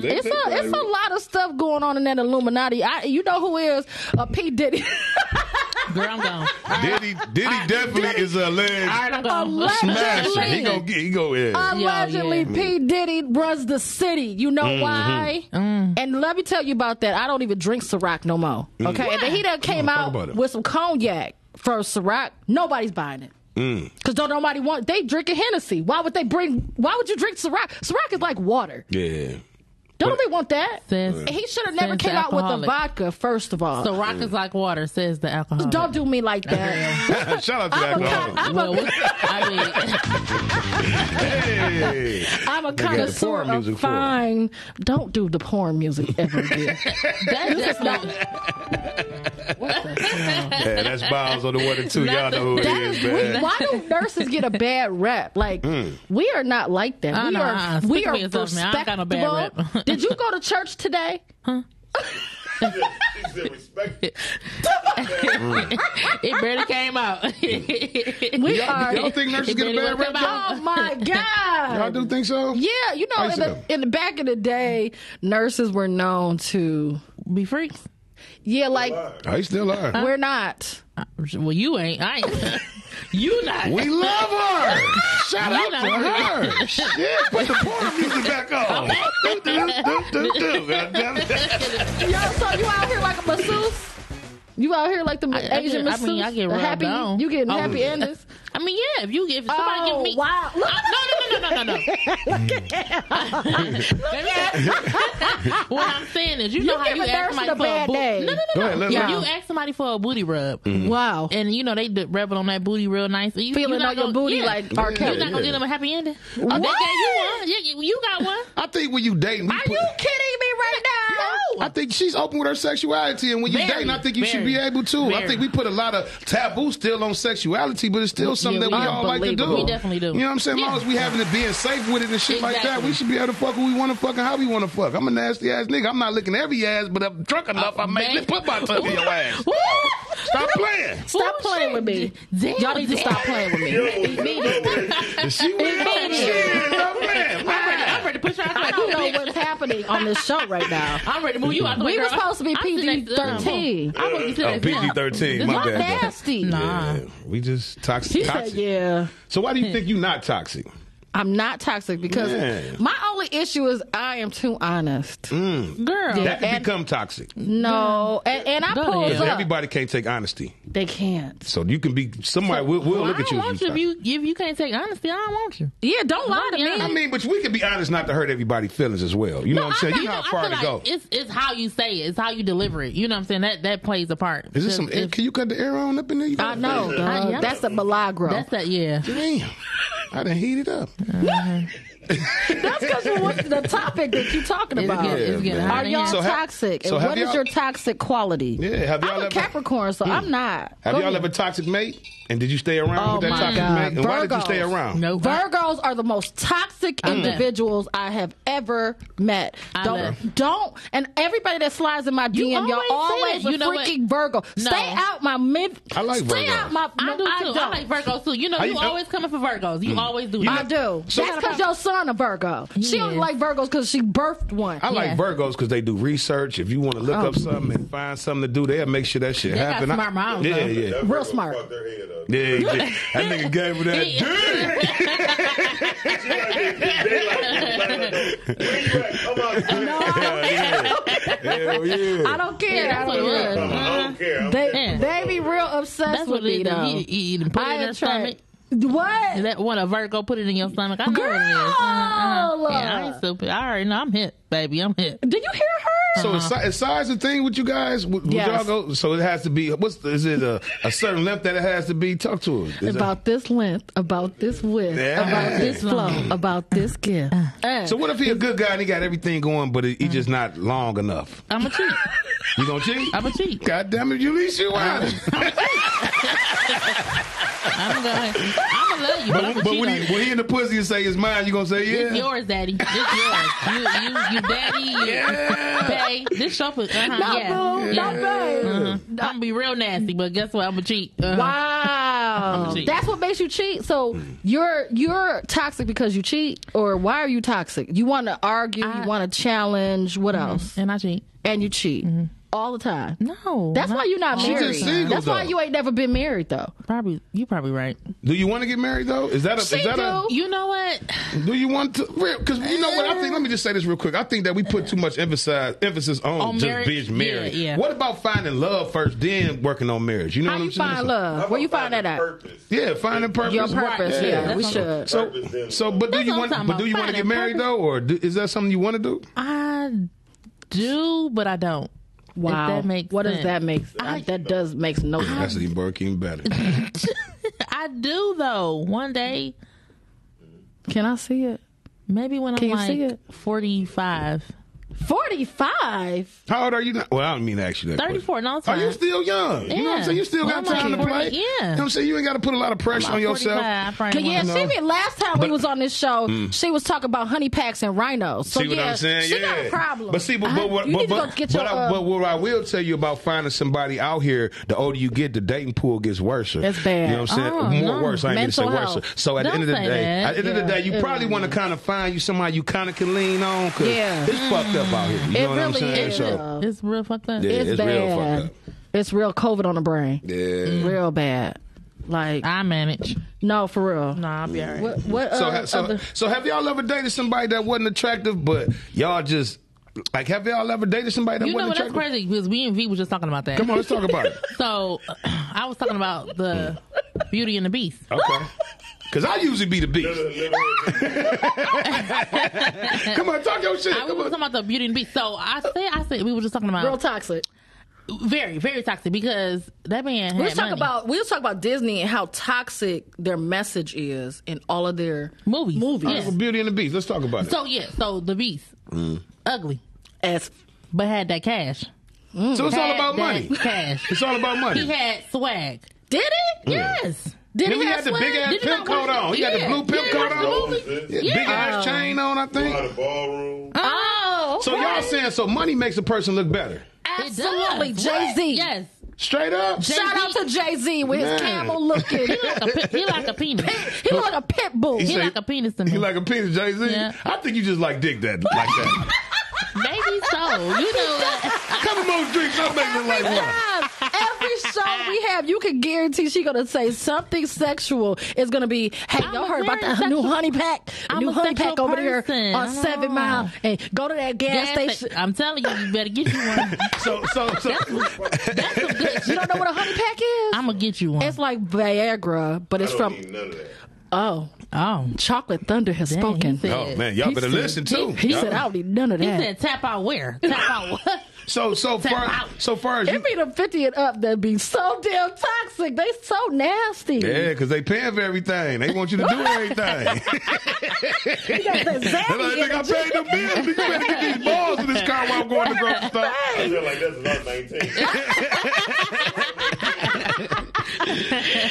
S1: It's a it's a lot of stuff going on in that Illuminati. I you know who is a P Diddy.
S2: Girl, I'm gone.
S3: Diddy, Diddy definitely is a
S2: All
S3: alleged
S2: right, I'm gone.
S1: Allegedly.
S3: smasher. He gonna get, he go
S1: Uh,
S3: yeah.
S1: Allegedly,
S2: Yeah,
S1: P.
S3: Mm-hmm.
S1: Diddy runs the city. You know why? And let me tell you about that. I don't even drink Ciroc no more. Okay, and then he done came
S3: Mm. talk about
S1: out
S3: it.
S1: with some cognac for Ciroc. Nobody's buying it.
S3: Mm.
S1: Cause don't nobody want. They drinking Hennessy. Why would they bring? Why would you drink Ciroc? Ciroc is like water.
S3: Yeah.
S1: Don't nobody want that?
S2: Says-
S1: he should have never
S2: says
S1: came out with the
S2: alcoholic.
S1: vodka. First of all,
S2: So rock is like water, says the alcohol.
S1: don't do me like that.
S3: Shout out to that
S1: I'm a
S3: girl.
S1: con-
S2: Well, we- I mean,
S3: Hey.
S1: I'm a
S3: got the
S1: connoisseur
S3: porn music
S1: of
S3: for it.
S1: fine. Don't do the porn music ever again.
S2: that's just not.
S3: Yeah, that's Bob's on the one and two. Y'all know who it
S1: That
S3: is,
S1: is weird.
S3: man.
S1: why do nurses get a bad rep? Like
S3: Hmm.
S1: we are not like that.
S2: I
S1: we
S2: know,
S1: are
S2: uh-uh. Speak
S1: we
S2: for
S1: are
S2: yourself, man. I ain't got no
S1: respectable.
S2: bad rep.
S1: Did you go to church today?
S4: He said respect. it.
S2: It barely came out.
S1: We are.
S3: Y'all think nurses get a bad rap?
S1: Oh my god!
S3: Y'all do think so?
S1: Yeah, you know,
S3: I
S1: in
S3: used to
S1: the,
S3: know.
S1: in the back of the day, nurses were known to,
S2: Be freaks.
S1: yeah, like
S3: Are you Oh, still are.
S1: Uh, we're not.
S2: Well, you ain't. I ain't. You not.
S3: We love her. Shout out
S2: You
S3: to
S2: know.
S3: her. Shit, put the porn music back on. Do, do, do, do, do. God damn it.
S1: Yo, so you out here like a masseuse? You out here like the
S2: I
S1: Asian
S2: get- I
S1: masseuse?
S2: mean, I get
S1: the
S2: rubbed
S1: happy,
S2: on.
S1: You getting
S2: Oh.
S1: happy endings?
S2: I mean, yeah. If you give somebody
S1: Oh,
S2: give me.
S1: wow. Look
S2: I- no, no, no, no, no, no, no. what I'm saying is, you, know how
S1: give
S2: you
S1: a
S2: ask
S1: nurse
S2: somebody
S1: a
S2: for a
S1: bad
S2: booty.
S1: day.
S2: No, no,
S3: Go
S2: no,
S3: ahead,
S2: no.
S3: let's-
S2: Yeah,
S1: Wow.
S2: you ask somebody for a booty rub,
S1: Wow.
S2: and you know they d- rubbing on that booty real nice. You,
S1: Feeling
S2: you're not
S1: on your
S2: gonna-
S1: booty
S2: yeah.
S1: like R.
S2: You're
S1: Kelly.
S2: not gonna get them a happy ending. Oh,
S1: What?
S2: they gave you one. Yeah, you, you got one.
S3: I think when you dating, we
S1: Are
S3: put-
S1: you kidding me right now?
S3: I think she's open with her sexuality, and when you
S2: Very,
S3: dating, I think you should
S2: very,
S3: be able to. I
S2: very.
S3: think we put a lot of taboo still on sexuality, but it's still something
S2: Yeah,
S3: that we
S2: we-
S3: all like to do.
S1: Unbelievable.
S2: We definitely do.
S3: You know what I'm saying? As long
S2: Yeah.
S3: as we having it being safe with it and shit like that,
S2: Exactly.
S3: we should be able to fuck who we want to fuck and how we want to fuck. I'm a nasty ass nigga. I'm not licking every ass, but I'm drunk enough. I may
S2: man.
S3: lick- put my tongue in your ass.
S2: Woo!
S3: Stop playing.
S1: Stop
S2: Bullshit.
S1: playing with me.
S2: Damn,
S1: Y'all need to
S2: damn.
S1: stop playing with me.
S3: She went on shit. Stop playing.
S2: I'm ready, I'm ready to push her out.
S1: I
S2: the
S1: don't
S2: way.
S1: know what's happening on this show right now.
S2: I'm ready to move you out the way.
S1: We were
S2: girl.
S1: supposed to be
S2: I'm sitting next to-
S1: PG-13.
S2: I'm gonna be sitting
S4: Oh,
S2: next to him.
S4: PG-13, my
S1: Y'all
S4: bad.
S1: nasty.
S2: Nah.
S4: Yeah, we just
S1: He
S3: Toxic.
S1: said,
S3: toxic.
S1: yeah.
S3: So why do you think you not toxic?
S1: I'm not toxic because
S3: Man.
S1: my only issue is I am too honest.
S3: Mm.
S2: Girl.
S1: Yeah.
S3: That can
S1: And-
S3: become toxic. Because
S1: No, and, and I
S2: Go
S1: pulled
S2: ahead.
S1: up.
S3: everybody can't take honesty.
S1: they can't.
S3: So you can be somebody. We'll, we'll
S2: Well,
S3: look
S2: I
S3: at
S2: don't
S3: you.
S2: want
S3: as
S2: you if you if you can't take honesty. I don't want you.
S1: Yeah, don't lie to
S2: be
S1: me.
S2: honest.
S3: I mean, but we can be honest, not to hurt everybody's feelings as well. You know what I'm saying?
S2: I
S3: You know how
S2: I
S3: far
S2: feel
S3: to
S2: like
S3: go.
S2: It's it's how you say it. It's how you deliver it. You know what I'm saying? That that plays a part.
S3: Is this some?
S2: Because
S3: Air,
S2: if-
S3: can you cut the air on up in there?
S1: I
S3: You got-
S1: know.
S2: I-
S1: dog.
S2: yeah.
S1: That's a Milagro.
S2: That's that. Yeah.
S3: Damn, I done heat it up.
S1: That's because what's the topic that you're talking about?
S2: getting- it's getting
S3: man.
S2: hot
S1: Are
S2: in
S1: y'all
S2: here.
S3: So ha-
S1: toxic?
S3: so
S1: and
S3: have
S1: what is
S3: y'all-
S1: your toxic quality?
S3: Yeah, have y'all
S1: I'm a
S3: ever- Hmm.
S1: Capricorn, so I'm not.
S3: Have
S1: Go
S3: y'all
S1: ahead.
S3: ever toxic mate? And did you stay around
S1: Oh,
S3: with that
S1: my
S3: toxic
S1: God.
S3: mate? And why did you
S1: Virgos.
S3: stay around?
S2: No.
S1: Virgos are the most toxic individuals I have ever met.
S2: Mm. I
S1: don't
S2: love-
S1: don't and everybody that slides in my DM, y'all
S2: always
S1: always,
S2: say it.
S1: a
S2: You know what?
S1: freaking Virgo.
S2: No.
S1: Stay out my mid.
S3: I like
S1: Stay
S3: Virgos.
S1: out my.
S2: I
S1: no,
S2: do too. I,
S1: don't.
S2: like Virgos too. You know,
S3: How
S2: you,
S3: you know-
S2: always coming for Virgos. You always do.
S1: I
S2: that.
S1: do.
S3: So-
S1: That's because your son a Virgo. She don't
S2: Yeah.
S1: like Virgos because she birthed one.
S3: I like
S2: Yeah.
S3: Virgos because they do research. If you want to look up something and find something to do, they'll make sure that shit
S2: Oh. They got
S3: happen. I-
S2: smart moms,
S3: yeah,
S2: though.
S3: yeah,
S4: That
S1: Real
S4: Virgo
S1: smart.
S4: fucked their head up.
S3: yeah, yeah. That nigga gave her that.
S2: Yeah.
S4: They like, like, where you at? Come out here.
S1: No, I don't,
S3: Hell yeah.
S1: I don't care.
S2: Yeah, that's
S1: I
S2: what
S1: don't
S2: it was.
S1: care.
S4: I don't care. I'm
S1: They
S2: Yeah.
S1: they be real obsessed
S2: That's
S1: with
S2: what
S1: me
S2: it is.
S1: though.
S2: You, you, either put it in your stomach.
S1: What?
S2: That one a Virgo put it in your stomach. I know what it is.
S1: Girl!
S2: Uh-huh. Yeah, I ain't stupid. I already know I'm hit, baby. I'm hit.
S1: Did you hear her?
S3: So is, si- is size a thing with you guys? Would, would
S1: Yes.
S3: y'all go? So it has to be. What's the- is it a, a certain length that it has to be? Talk to us. Is
S1: about this length, about this width,
S3: Yeah.
S1: about this flow, about this gift.
S2: Uh.
S1: Uh.
S3: that- so what if he a good guy and he got everything going, but he, he just not long enough?
S2: I'm a cheat.
S3: You gonna cheat?
S2: I'm a cheat.
S3: God damn it, Julius, you out.
S2: I'm going. I'm gonna love you, but, I'm a
S3: But
S2: cheat.
S3: when
S2: on you.
S3: he, when he in the pussy and say it's mine, you gonna say
S2: It's
S3: yeah?
S2: yours, daddy. It's yours. You, you, you, daddy. You,
S3: Yeah.
S2: Pay. This chauffeur. Uh-huh,
S1: Not
S2: yeah.
S1: boo,
S2: yeah.
S1: not babe.
S2: Uh-huh. I'm gonna be real nasty, but guess what? I'm gonna cheat. Uh-huh.
S1: Wow,
S2: a cheat.
S1: that's what makes you cheat. So
S3: Hmm.
S1: you're you're toxic because you cheat, or why are you toxic? You want to argue,
S2: I- Mm-hmm.
S1: you want to challenge. What else?
S2: And I cheat.
S1: And you cheat
S2: Mm-hmm.
S1: all the time.
S2: No,
S1: That's why you're not
S2: all
S3: She
S1: married.
S3: just single,
S1: that's why
S3: though.
S1: you ain't never been married though.
S2: Probably you. Probably right.
S3: Do you want to get married though? Is that a?
S1: She
S3: is that
S1: do.
S2: You know what?
S3: a? Do you want to? Because you know what I think. Let me just say this real quick. I think that we put too much emphasis emphasis on,
S2: On
S3: just
S2: marriage?
S3: being married.
S2: Yeah, yeah.
S3: What about finding love first, then working on marriage? You know
S1: How
S3: what I'm
S1: you
S3: saying?
S1: find
S4: How
S1: love? Where you
S4: about
S1: find that
S4: finding
S1: at?
S4: Purpose.
S3: Yeah, finding purpose.
S1: Your purpose.
S2: Right.
S1: Yeah,
S2: Yeah,
S1: we
S2: that's
S1: should.
S3: So,
S4: Purpose in-
S3: so, but do
S2: That's
S3: you
S2: what
S3: want?
S2: I'm talking
S3: But do
S2: about.
S3: you want to
S2: Finding
S3: get
S2: Um,
S3: married
S2: purpose.
S3: though, or do, is that something you want to do?
S2: I do, but I don't.
S1: wow.
S2: If that makes
S1: what
S2: sense.
S1: does that make? I, that does makes no sense.
S3: That's even work even better.
S2: I do though. One day,
S1: Can I see it?
S2: maybe when
S1: Can
S2: I'm
S1: you see
S2: like
S1: it?
S2: 45,
S1: 45?
S3: How old are you now? Well, I don't mean to ask you that. question.
S2: 34, no
S3: Are
S2: time.
S3: you still young? You know what I'm
S2: Yeah.
S3: saying? You still
S2: Well,
S3: got
S2: I'm
S3: time
S2: like
S3: to play.
S2: 40, yeah.
S3: You know what I'm saying? You ain't got to put a lot of pressure on yourself.
S2: 45, probably
S1: Yeah,
S2: wanna-
S1: she been last time we was on this show, she was talking about honey packs and rhinos. So
S3: Mm. see what
S1: yeah,
S3: I'm saying?
S1: she
S3: yeah.
S1: got a problem.
S3: But see, but
S1: I-
S3: but what,
S1: you
S3: but,
S1: need to
S3: but,
S1: go get
S3: but
S1: your.
S3: I,
S1: uh,
S3: but what I will tell you about finding somebody out here, the older you get, the dating pool gets worse.
S1: It's bad.
S3: You know what I'm saying?
S2: Oh,
S3: More
S2: no.
S3: worse. I ain't gonna say
S1: Mental
S3: worse.
S1: health.
S3: So at the
S2: Don't
S3: end of the
S2: say
S3: day,
S2: that.
S3: at the end of the
S1: Yeah,
S3: day, you
S1: it
S3: probably want to kind of find you somebody you kind of can lean on because
S1: Yeah. Mm-hmm.
S3: it's fucked up out here. You
S1: it
S3: know what I'm
S1: really
S3: saying?
S1: is.
S3: So,
S2: It's real fucked up.
S3: Yeah.
S1: it's,
S3: it's real
S1: bad.
S3: fucked up.
S1: It's real COVID on the brain.
S3: yeah.
S1: Real bad. Like,
S2: I manage.
S1: no, for real.
S2: Nah, I'll be all right.
S1: What? What?
S3: So,
S1: uh,
S3: ha- so,
S1: other-
S3: so have y'all ever dated somebody that wasn't attractive, but y'all just like have y'all ever dated somebody that
S2: You know
S3: wasn't
S2: what? That's
S3: attractive?
S2: crazy because we and V was just talking about that.
S3: Come on, let's talk about it.
S2: So I was talking about the Beauty and the Beast.
S3: Okay. Cause I usually be the beast. Come on, talk your shit.
S2: I was
S3: Come
S2: talking
S3: on.
S2: about the Beauty and the Beast. So I said, I said, we were just talking about
S1: real toxic.
S2: very, very toxic because that man.
S1: We'll
S2: had
S1: talk
S2: money.
S1: about we'll talk about Disney and how toxic their message is in all of their
S2: Movies.
S1: Movies.
S2: Yeah.
S3: Beauty and the Beast. Let's talk about it.
S2: So yeah, so the Beast,
S3: Mm.
S2: ugly,
S1: As
S2: but had that cash.
S3: So it's all
S2: Had
S3: about
S2: that
S3: money.
S2: Cash.
S3: It's all about money.
S2: he had swag.
S1: did it?
S3: Mm.
S2: Yes.
S1: Did
S3: Then he had the big ass
S2: Did you not
S3: pimp
S2: watch
S3: coat on.
S2: it?
S3: He had the
S2: Yeah.
S3: blue pimp
S2: Yeah,
S3: coat
S2: that's the
S3: on.
S2: movie.
S3: Yeah, Big ass chain on, I
S4: Out
S3: think.
S4: of ballroom.
S1: Oh,
S3: So y'all saying so money makes a person look better.
S2: It does.
S1: absolutely Jay Z.
S2: What? Yes.
S3: Straight up.
S1: Shout out to Jay Z with
S3: Man.
S1: his camel looking. he
S2: Like a pe- He like a penis.
S1: look a pit bull.
S2: He
S3: say-
S2: like a penis to me.
S3: You like a penis, Jay Z? I
S2: Yeah.
S3: think you just like dick that like that.
S2: Maybe so. You know that.
S3: Couple more drinks, I'll make it like one.
S1: Yes. Every show we have, you can guarantee she gonna say something sexual. It's gonna be, hey,
S2: I'm
S1: y'all
S2: a
S1: heard about
S2: very
S1: that new
S2: sexual-
S1: honey pack, The
S2: I'm
S1: new
S2: a
S1: honey
S2: sexual
S1: pack over there
S2: person. Oh.
S1: on
S2: I
S1: Seven
S2: know.
S1: Mile, and go to that gas
S2: Gas sta-
S1: station.
S2: I'm telling you, you better get you one.
S3: So so so
S1: you don't know what a honey pack is?
S2: I'm gonna get you one.
S1: it's like Viagra, but it's
S4: I don't
S1: from
S4: need none of that.
S1: oh,
S2: oh,
S1: Chocolate Thunder has
S2: Dang, he
S1: spoken.
S2: said-
S3: Oh man, y'all
S2: He
S3: better
S2: said-
S3: listen too.
S1: He
S3: Y'all-
S1: said, "I don't need none of
S2: he
S1: that."
S2: said tap out where? Tap out what?
S3: So so far
S2: out.
S3: so far as you
S1: It be the 50 and up that be so damn toxic. They so nasty.
S3: Yeah, because they paying for everything. They want you to do everything.
S1: You got that
S3: They're
S1: zaddy
S3: like, nigga, I
S1: energy.
S3: paid the bills. You better get these balls in this car while I'm going to the grocery store.
S4: I feel like that's about 19.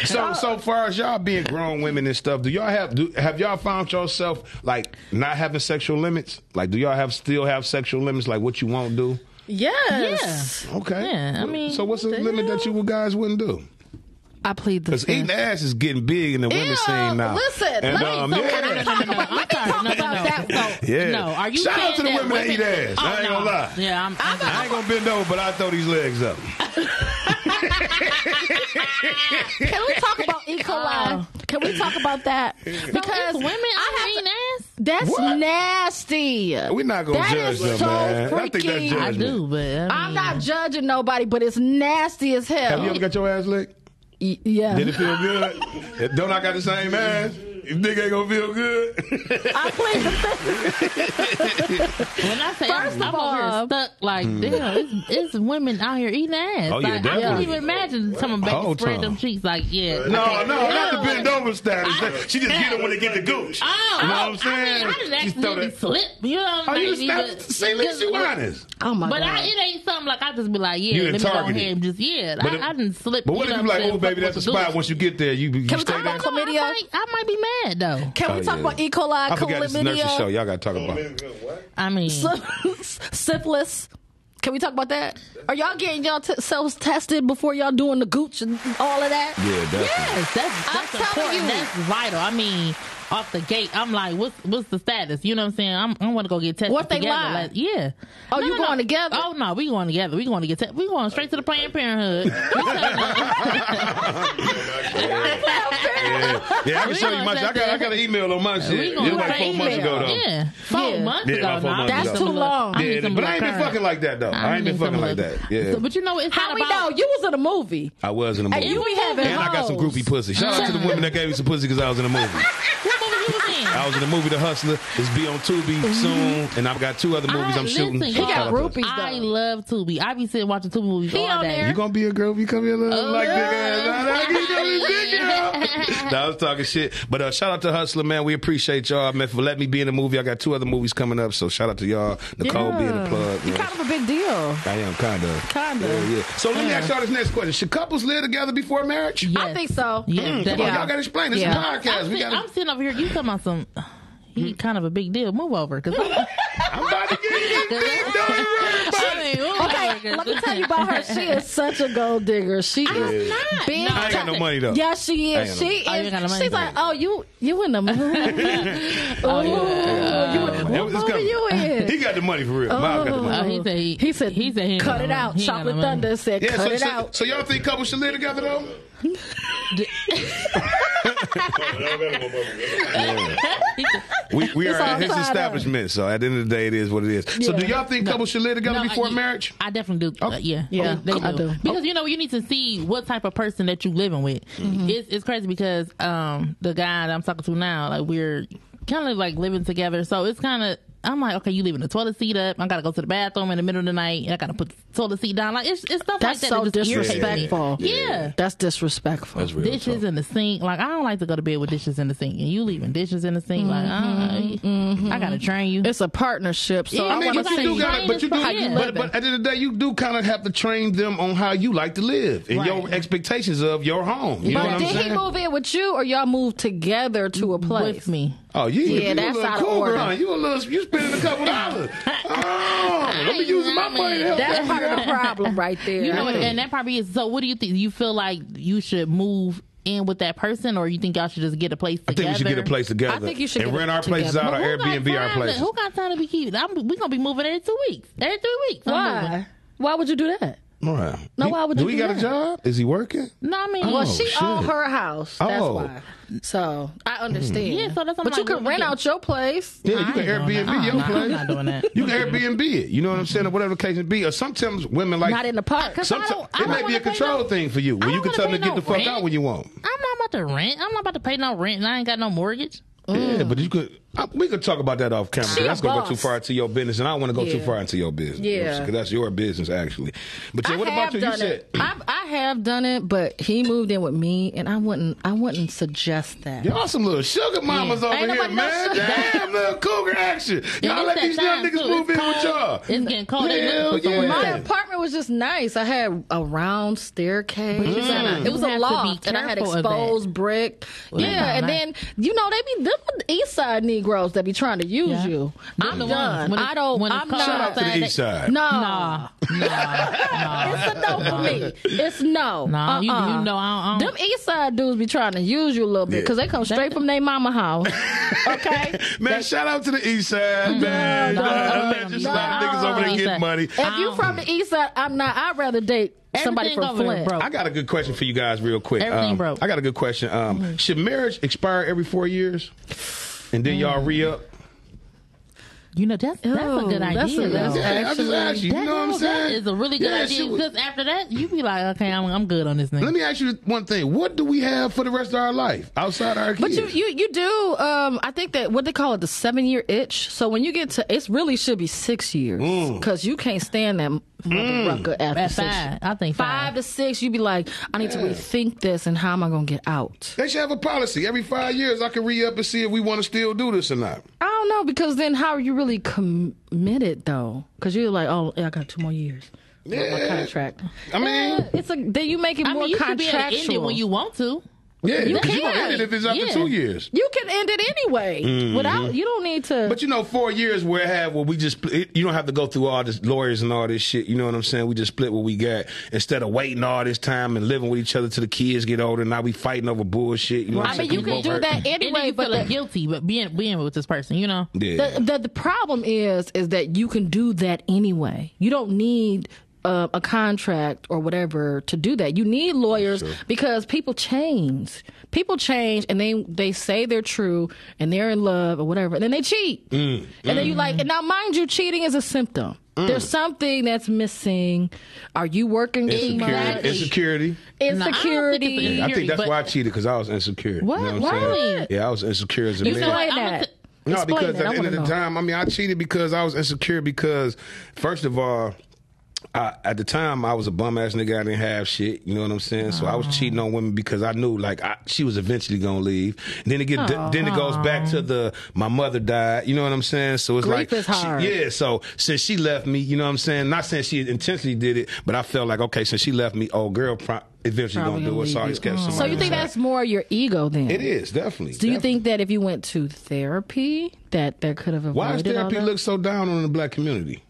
S3: So so far as y'all being grown women and stuff, do y'all have do have y'all found yourself like not having sexual limits? Like, do y'all have still have sexual limits? Like, what you won't do?
S1: Yes.
S3: Okay.
S2: Yeah, I mean,
S3: so what's the
S2: what the
S3: limit that you guys wouldn't do?
S1: I plead the
S3: Because eating
S1: fifth.
S3: ass is getting big in the women
S1: Ew,
S3: scene now.
S1: listen,
S3: and,
S1: let me
S3: um,
S2: So,
S3: yeah.
S2: no, no, no, no, no, no. I'm sorry. No, no, no.
S1: about that, though.
S3: Yeah.
S2: No, are you
S3: Shout
S2: saying
S3: out to the
S2: that Oh,
S3: women that eat ass. I ain't
S2: no.
S3: gonna lie.
S2: Yeah, I'm. I'm
S3: I ain't gonna bend over, but I throw these legs up.
S1: Can we talk about E. coli? Can we talk about that? Because
S2: because women,
S1: I have to-
S2: I mean ass.
S1: that's
S3: What?
S1: nasty.
S3: We're not gonna
S1: That
S3: judge
S1: is
S3: them,
S1: so
S3: man. I think that's
S1: freaky. I
S2: I
S3: judgment.
S2: do, but I mean,
S1: I'm not judging nobody, but it's nasty as hell.
S3: Have you ever got your ass licked?
S1: Y- yeah.
S3: Did it feel good? If Don't I got the same ass? If nigga ain't gonna feel good.
S1: I plead the fifth.
S2: When I say
S1: First of
S2: I'm, I'm over
S1: all-
S2: here stuck, like damn, it's, it's women out here eating ass.
S3: Mm. Oh, yeah,
S2: like, I
S3: definitely.
S2: can't even imagine someone back
S3: Whole
S2: and spread
S3: time.
S2: them cheeks. Like yeah,
S3: no, no, not the
S2: No.
S3: bend over status. She just get it when they get the gooch.
S2: Oh,
S3: You know what I'm saying?
S2: I, mean, I didn't
S3: Just throw
S2: accidentally
S3: that-
S2: slip. You know what
S3: Oh,
S2: I'm
S3: you
S2: saying?
S3: stop. See, look, you honest.
S1: Oh my
S2: But
S1: god.
S2: I, it ain't something like I just be like, yeah, let
S3: You done
S2: me go
S3: targeted.
S2: ahead and just yeah.
S3: But
S2: I,
S3: if-
S2: I didn't slip.
S3: But what if
S2: know
S3: you like,
S2: I'm
S3: oh
S2: saying?
S3: baby,
S2: Fuck
S3: that's a
S2: with
S3: spot.
S2: the
S3: Once you get there, you, you
S1: we
S3: stay
S1: talk
S3: there.
S1: about-
S2: dude. I
S1: Chlamydia.
S2: might, I might be mad though.
S1: Can we
S3: Oh,
S1: talk
S3: yeah.
S1: about E. coli,
S3: I forgot this nursing show.
S1: chlamydia,
S3: Y'all gotta talk about.
S4: Women good, what?
S2: I mean,
S1: syphilis? Can we talk about that? Are y'all getting y'all t- selves tested before y'all doing the gooch and all of that?
S3: Yeah, definitely.
S2: yes, that's
S1: I'm
S2: that's
S1: telling
S2: important.
S1: you.
S2: That's vital. I mean, off the gate, I'm like, what's what's the status? You know what I'm saying? I'm, I want to go get tested.
S1: What if they
S2: together.
S1: lie?
S2: Like, yeah.
S1: Oh, you going together?
S2: Oh no, we going together. We going to get tested. We going straight to the Planned Parenthood. We
S3: Yeah, yeah I can
S2: We
S3: show you my
S2: gonna
S3: shit. I got, I got an email on my shit. It
S2: gonna
S3: was like
S2: straight
S3: four months
S2: email.
S3: ago, though.
S2: Yeah, four
S1: Yeah.
S2: months
S3: Yeah,
S2: ago.
S3: about four
S2: Nah,
S3: months
S2: I need
S1: ago.
S2: some
S1: That's too
S2: look-
S1: long.
S2: need
S3: Yeah,
S2: some
S3: but I ain't been
S2: look.
S3: fucking like that though. I, ain't
S2: need
S3: been fucking
S2: some
S3: like
S2: look.
S3: that. Yeah,
S2: So, but you know, it's
S1: How
S2: not
S1: we
S2: about
S1: know? You was in a movie.
S3: I was in a movie.
S1: And you be having
S3: And I got some
S1: hoes.
S3: groupie pussy. Shout out to the women that gave me some pussy because I was in a movie.
S2: what movie you was in.
S3: I was in the movie The Hustler. It's be on Tubi soon, and I've got two other movies
S2: I-
S3: I'm shooting.
S2: listen,
S1: He got
S2: y'all,
S1: groupies though.
S2: I love Tubi. I be sitting watching Tubi movies all
S1: on
S2: day.
S1: there.
S3: You gonna be a girl if you come here looking like big ass. Nah, nah, you gonna be big girl. Nah, I was talking shit. But uh, shout out to Hustler, man. We appreciate y'all, man, for letting me be in the movie. I got two other movies coming up, so shout out to y'all. Nicole
S1: Yeah.
S3: being the plug.
S1: You
S3: man.
S1: kind of a big deal.
S3: I am kind of.
S1: Kinda.
S3: Yeah, yeah. So let me ask y'all this next question: Should couples live together before marriage?
S2: Yes.
S1: I think so.
S2: Yeah,
S3: Mm, come
S2: that-
S3: on, y'all gotta explain. This
S1: Yeah.
S3: is a podcast.
S2: I'm,
S3: we
S2: sit-
S3: gotta.
S2: I'm sitting over here. You talking about some?
S1: Hmm.
S2: He kind of a big deal. Move over, because
S3: I'm about to get you deep, don't you worry about it.
S1: Okay, let me tell you about her. She is such a gold digger. She is
S2: not.
S1: big.
S2: No,
S3: I ain't got no
S1: time.
S3: money though.
S1: Yeah, she
S3: I ain't
S1: is.
S3: got no
S1: She is.
S2: money. Oh, you ain't got no
S1: She's like, oh,
S2: money.
S1: you you in the movie? oh,
S2: yeah.
S1: you in,
S3: It
S1: what
S3: was- it's
S1: movie
S3: coming.
S1: you in?
S3: He got the money for real. Miles got the money.
S2: Oh, he said he-
S1: he said
S2: he said he ain't
S1: cut
S2: got
S1: it
S2: no money.
S1: out.
S2: He ain't got
S1: Chocolate
S2: no money.
S1: Thunder said
S3: Yeah,
S1: cut
S3: so,
S1: it
S3: so,
S1: out.
S3: so y'all think couples should live together though? We, we are
S1: all
S3: at his
S1: tied up.
S3: establishment, so at the end of the day, it is what it is. So,
S1: Yeah.
S3: do y'all think couples should live together
S2: No,
S3: before
S2: I-
S3: marriage?
S2: I definitely do. Uh, yeah,
S1: Oh, Yeah,
S2: they, they
S1: I do.
S2: Because you know you need to see what type of person that you living with.
S1: Mm-hmm.
S2: It's it's crazy because um the guy that I'm talking to now, like we're kind of like living together, so it's kind of. I'm like, okay, you leaving the toilet seat up. I gotta go to the bathroom in the middle of the night, and I gotta put the toilet seat down. Like it's, it's stuff
S1: That's
S2: like that.
S1: so
S2: that just irritates me.
S1: disrespectful.
S2: Yeah,
S1: That's disrespectful.
S3: That's real.
S2: dishes in the sink. Like I don't like to go to bed with dishes in the sink, and you leaving dishes in the sink. Like uh, I gotta train you.
S1: Mm-hmm. It's a partnership, so
S2: Yeah,
S1: I
S3: I mean,
S1: want
S2: wanna
S1: to
S3: but you
S2: say
S3: do
S2: you
S3: gotta,
S2: train
S3: but
S2: this
S3: you do,
S2: person how you
S3: but,
S2: living.
S3: but at the end of the day, you do kind of have to train them on how you like to live and your
S2: Right.
S3: expectations of your home. You know what
S1: But
S3: I'm
S1: did
S3: saying?
S1: he move in with you, or y'all moved together to a place?
S2: with me.
S3: Oh, you,
S1: Yeah,
S3: you
S1: that's
S3: a little
S1: out of
S3: cool,
S1: order.
S3: girl. You a little, you spending a couple dollars. Oh, let me use my money to help
S1: That's part of the problem right there.
S2: You know, what and that probably is. So, what do you think? You feel like you should move in with that person, or you think y'all should just get a place
S3: I
S2: together?
S3: think we should get a place together.
S1: I think you should
S3: and
S1: get
S3: rent
S1: it
S3: our places
S1: together.
S3: out,
S2: But
S3: our
S2: who got
S3: Airbnb, our
S2: time to-
S3: places.
S2: Who got time to be keeping? I'm, we gonna be moving every two weeks. Every three weeks. I'm moving.
S1: why? Why would you do that?
S3: All right.
S1: No,
S3: He-
S1: why would
S3: do
S1: you
S3: he
S1: do
S3: got a
S1: that?
S3: job? Is he working?
S2: No, I mean,
S1: Well,
S3: Oh,
S1: she
S3: shit.
S1: owned her house. That's
S3: Oh. Hmm.
S1: why. So I understand.
S2: Yeah, so that's what I'm
S1: but you
S2: like,
S1: can
S2: we
S1: rent
S2: can-
S1: out your place.
S3: Yeah, you
S2: I
S3: can
S2: ain't doing
S3: Airbnb
S2: that.
S3: your
S2: Uh-uh,
S3: place.
S2: I'm not doing that.
S3: You can Airbnb it. You know what I'm saying? Or whatever the case may be. Or sometimes women like
S1: Not in the park.
S2: Cause I
S3: Sometimes
S2: don't- I
S3: it
S2: don't
S3: may be
S2: wanna
S3: a
S2: pay
S3: control
S2: no-
S3: thing for you. When
S2: I
S3: you
S2: don't
S3: can tell them
S2: wanna
S3: to get the
S2: pay
S3: fuck
S2: no
S3: out
S2: rent.
S3: when you want.
S2: I'm not about to rent. I'm not about to pay no rent, and I ain't got no mortgage.
S3: Yeah, but you could. I, we could talk about that off camera.
S1: She
S3: 'cause
S1: a
S3: That's gonna go
S1: boss.
S3: too far into your business, and I don't want to go too
S1: Yeah.
S3: far into your business. you know what I'm
S1: Yeah.
S3: saying? 'Cause that's your business actually. But yeah, what
S1: I
S3: about
S1: have
S3: you? You
S1: done
S3: said
S1: it. I, I have done it, but he moved in with me, and I wouldn't. I wouldn't suggest that.
S3: Y'all some little sugar mamas over
S1: Ain't
S3: here,
S1: nobody no
S3: man.
S1: sugar-
S3: Damn, little cougar action.
S2: And
S3: Y'all
S2: it's
S3: let
S2: that
S3: these young
S2: time,
S3: niggas
S2: too.
S3: move in
S2: It's
S3: with y'all.
S2: cold. It's getting cold. They
S3: Hell
S2: looking for
S3: yeah.
S2: someone
S1: My
S2: to-
S1: apartment was just nice. I had a round staircase.
S2: gotta-
S1: It was
S2: you
S1: a
S2: have to be
S1: loft, and I had
S2: careful of
S1: exposed brick. yeah,
S2: that's
S1: and
S2: not
S1: then you know they be them East Side Negroes that be trying to use
S2: Yeah.
S1: you.
S2: Them
S1: I'm
S2: the ones.
S1: done.
S2: When it-
S1: I don't.
S2: when it's
S1: I'm
S2: cold
S1: not.
S3: Shout out to the
S2: outside,
S3: east side.
S1: No,
S2: Nah,
S1: it's a no for me. It's no.
S2: Nah, you-
S1: Uh-uh.
S2: you know I don't- I don't-
S1: Them East Side dudes be trying to use you a little bit because they come straight from their mama house. Okay.
S3: Man, shout out to the east side,
S2: Mm-hmm.
S3: man.
S2: no,
S3: Nah,
S2: no,
S3: man, just
S1: no,
S3: stop niggas over there
S2: no.
S3: getting money.
S1: If you from the East Side, I'm not. I'd rather date somebody
S2: Everything
S1: from
S2: over there
S1: Flint.
S2: broke.
S3: I got a good question for you guys, real quick.
S2: Everything
S3: Um,
S2: broke. Mm-hmm.
S3: I got a good question. Um, Should marriage expire every four years, and then
S2: Mm.
S3: y'all re up?
S2: You know that's that's a
S1: Ew,
S2: good idea.
S1: that's a-
S2: though.
S1: that's
S3: Yeah, I just
S1: Actually,
S3: asked you. You
S2: That-
S3: know what I'm
S2: no,
S3: saying?
S2: That is a really good
S3: Yeah,
S2: idea.
S3: should we-
S2: Because after that, you be like, okay, I'm, I'm good on this
S3: Let
S2: nigga.
S3: me ask you one thing. What do we have for the rest of our life outside our
S1: But
S3: kids?
S1: you, you you do um I think that what they call it the seven year itch. So when you get to it's really should be six years
S3: Mm.
S1: because you can't stand that mother rucker after
S2: At
S1: six.
S2: five, I think
S1: Five
S2: five.
S1: to six, you be like, I need to rethink this and how am I gonna get out?
S3: they should have a policy. Every five years, I can re up and see if we want to still do this or not.
S1: I don't know because then how are you really committed though? Because you're like, oh, yeah, I got two more years. on
S3: Yeah.
S1: My contract.
S3: I mean-
S1: Eh, it's a then you make it
S2: I
S1: more
S2: mean, you should be able to
S1: contractual.
S2: end it when you want to.
S3: Yeah, because you
S2: can.
S3: gonna end it if it's after
S2: Yeah.
S3: two years.
S1: You can end it anyway without you don't need to.
S3: Mm-hmm. But you know, four years where I have where we just split- you don't have to go through all this lawyers and all this shit. You know what I'm saying? We just split what we got instead of waiting all this time and living with each other till the kids get older. Now we fighting over bullshit. You know what
S1: I
S3: I'm
S1: mean,
S3: saying?
S1: you can
S3: People
S1: do
S3: both hurt.
S1: that
S2: And then
S1: anyway,
S2: you
S1: but
S2: feel like
S1: the,
S2: guilty, but being being with this person, you know.
S3: Yeah.
S1: the, the the problem is is that you can do that anyway. You don't need uh, a contract or whatever to do that. You need lawyers because people change. People change, and they they say they're true and they're in love or whatever, and then they cheat.
S3: Mm,
S1: And then you like, and now mind you, cheating is a symptom. There's something that's missing. Are you working too much?
S3: Insecurity. insecurity.
S2: No, I don't think it's
S1: Insecurity.
S2: an
S3: I think that's
S2: But-
S3: why I cheated because I was insecure.
S2: What?
S3: You know what I'm
S2: Why?
S3: saying? Yeah, I was insecure as a
S2: You
S3: man.
S2: know what?
S1: Explain
S2: I'm a-
S1: that.
S3: No,
S1: Explain
S3: because
S1: that. I
S3: at the end of
S1: wanna
S3: the
S1: know.
S3: time, I mean, I cheated because I was insecure. Because first of all, I, at the time, I was a bum ass nigga. I didn't have shit. You know what I'm saying? So I was cheating
S1: Oh.
S3: on women because I knew like I, she was eventually gonna leave. And then it get then it goes back to the my mother died. You know what I'm saying? So it's
S1: Grief
S3: like
S1: is hard.
S3: She, yeah. So since she left me, you know what I'm saying? Not saying she intentionally did it, but I felt like okay, since she left me, old girl pro- eventually
S1: Probably
S3: gonna do
S1: gonna
S3: it. So I
S1: leave
S3: just
S1: you. Mm.
S3: kept somebody.
S1: So you think
S3: beside.
S1: that's more your ego then?
S3: it is definitely.
S1: Do you think that if you went to therapy, that that could have avoided
S3: Why does
S1: all
S3: therapy
S1: that?
S3: look so down on the black community?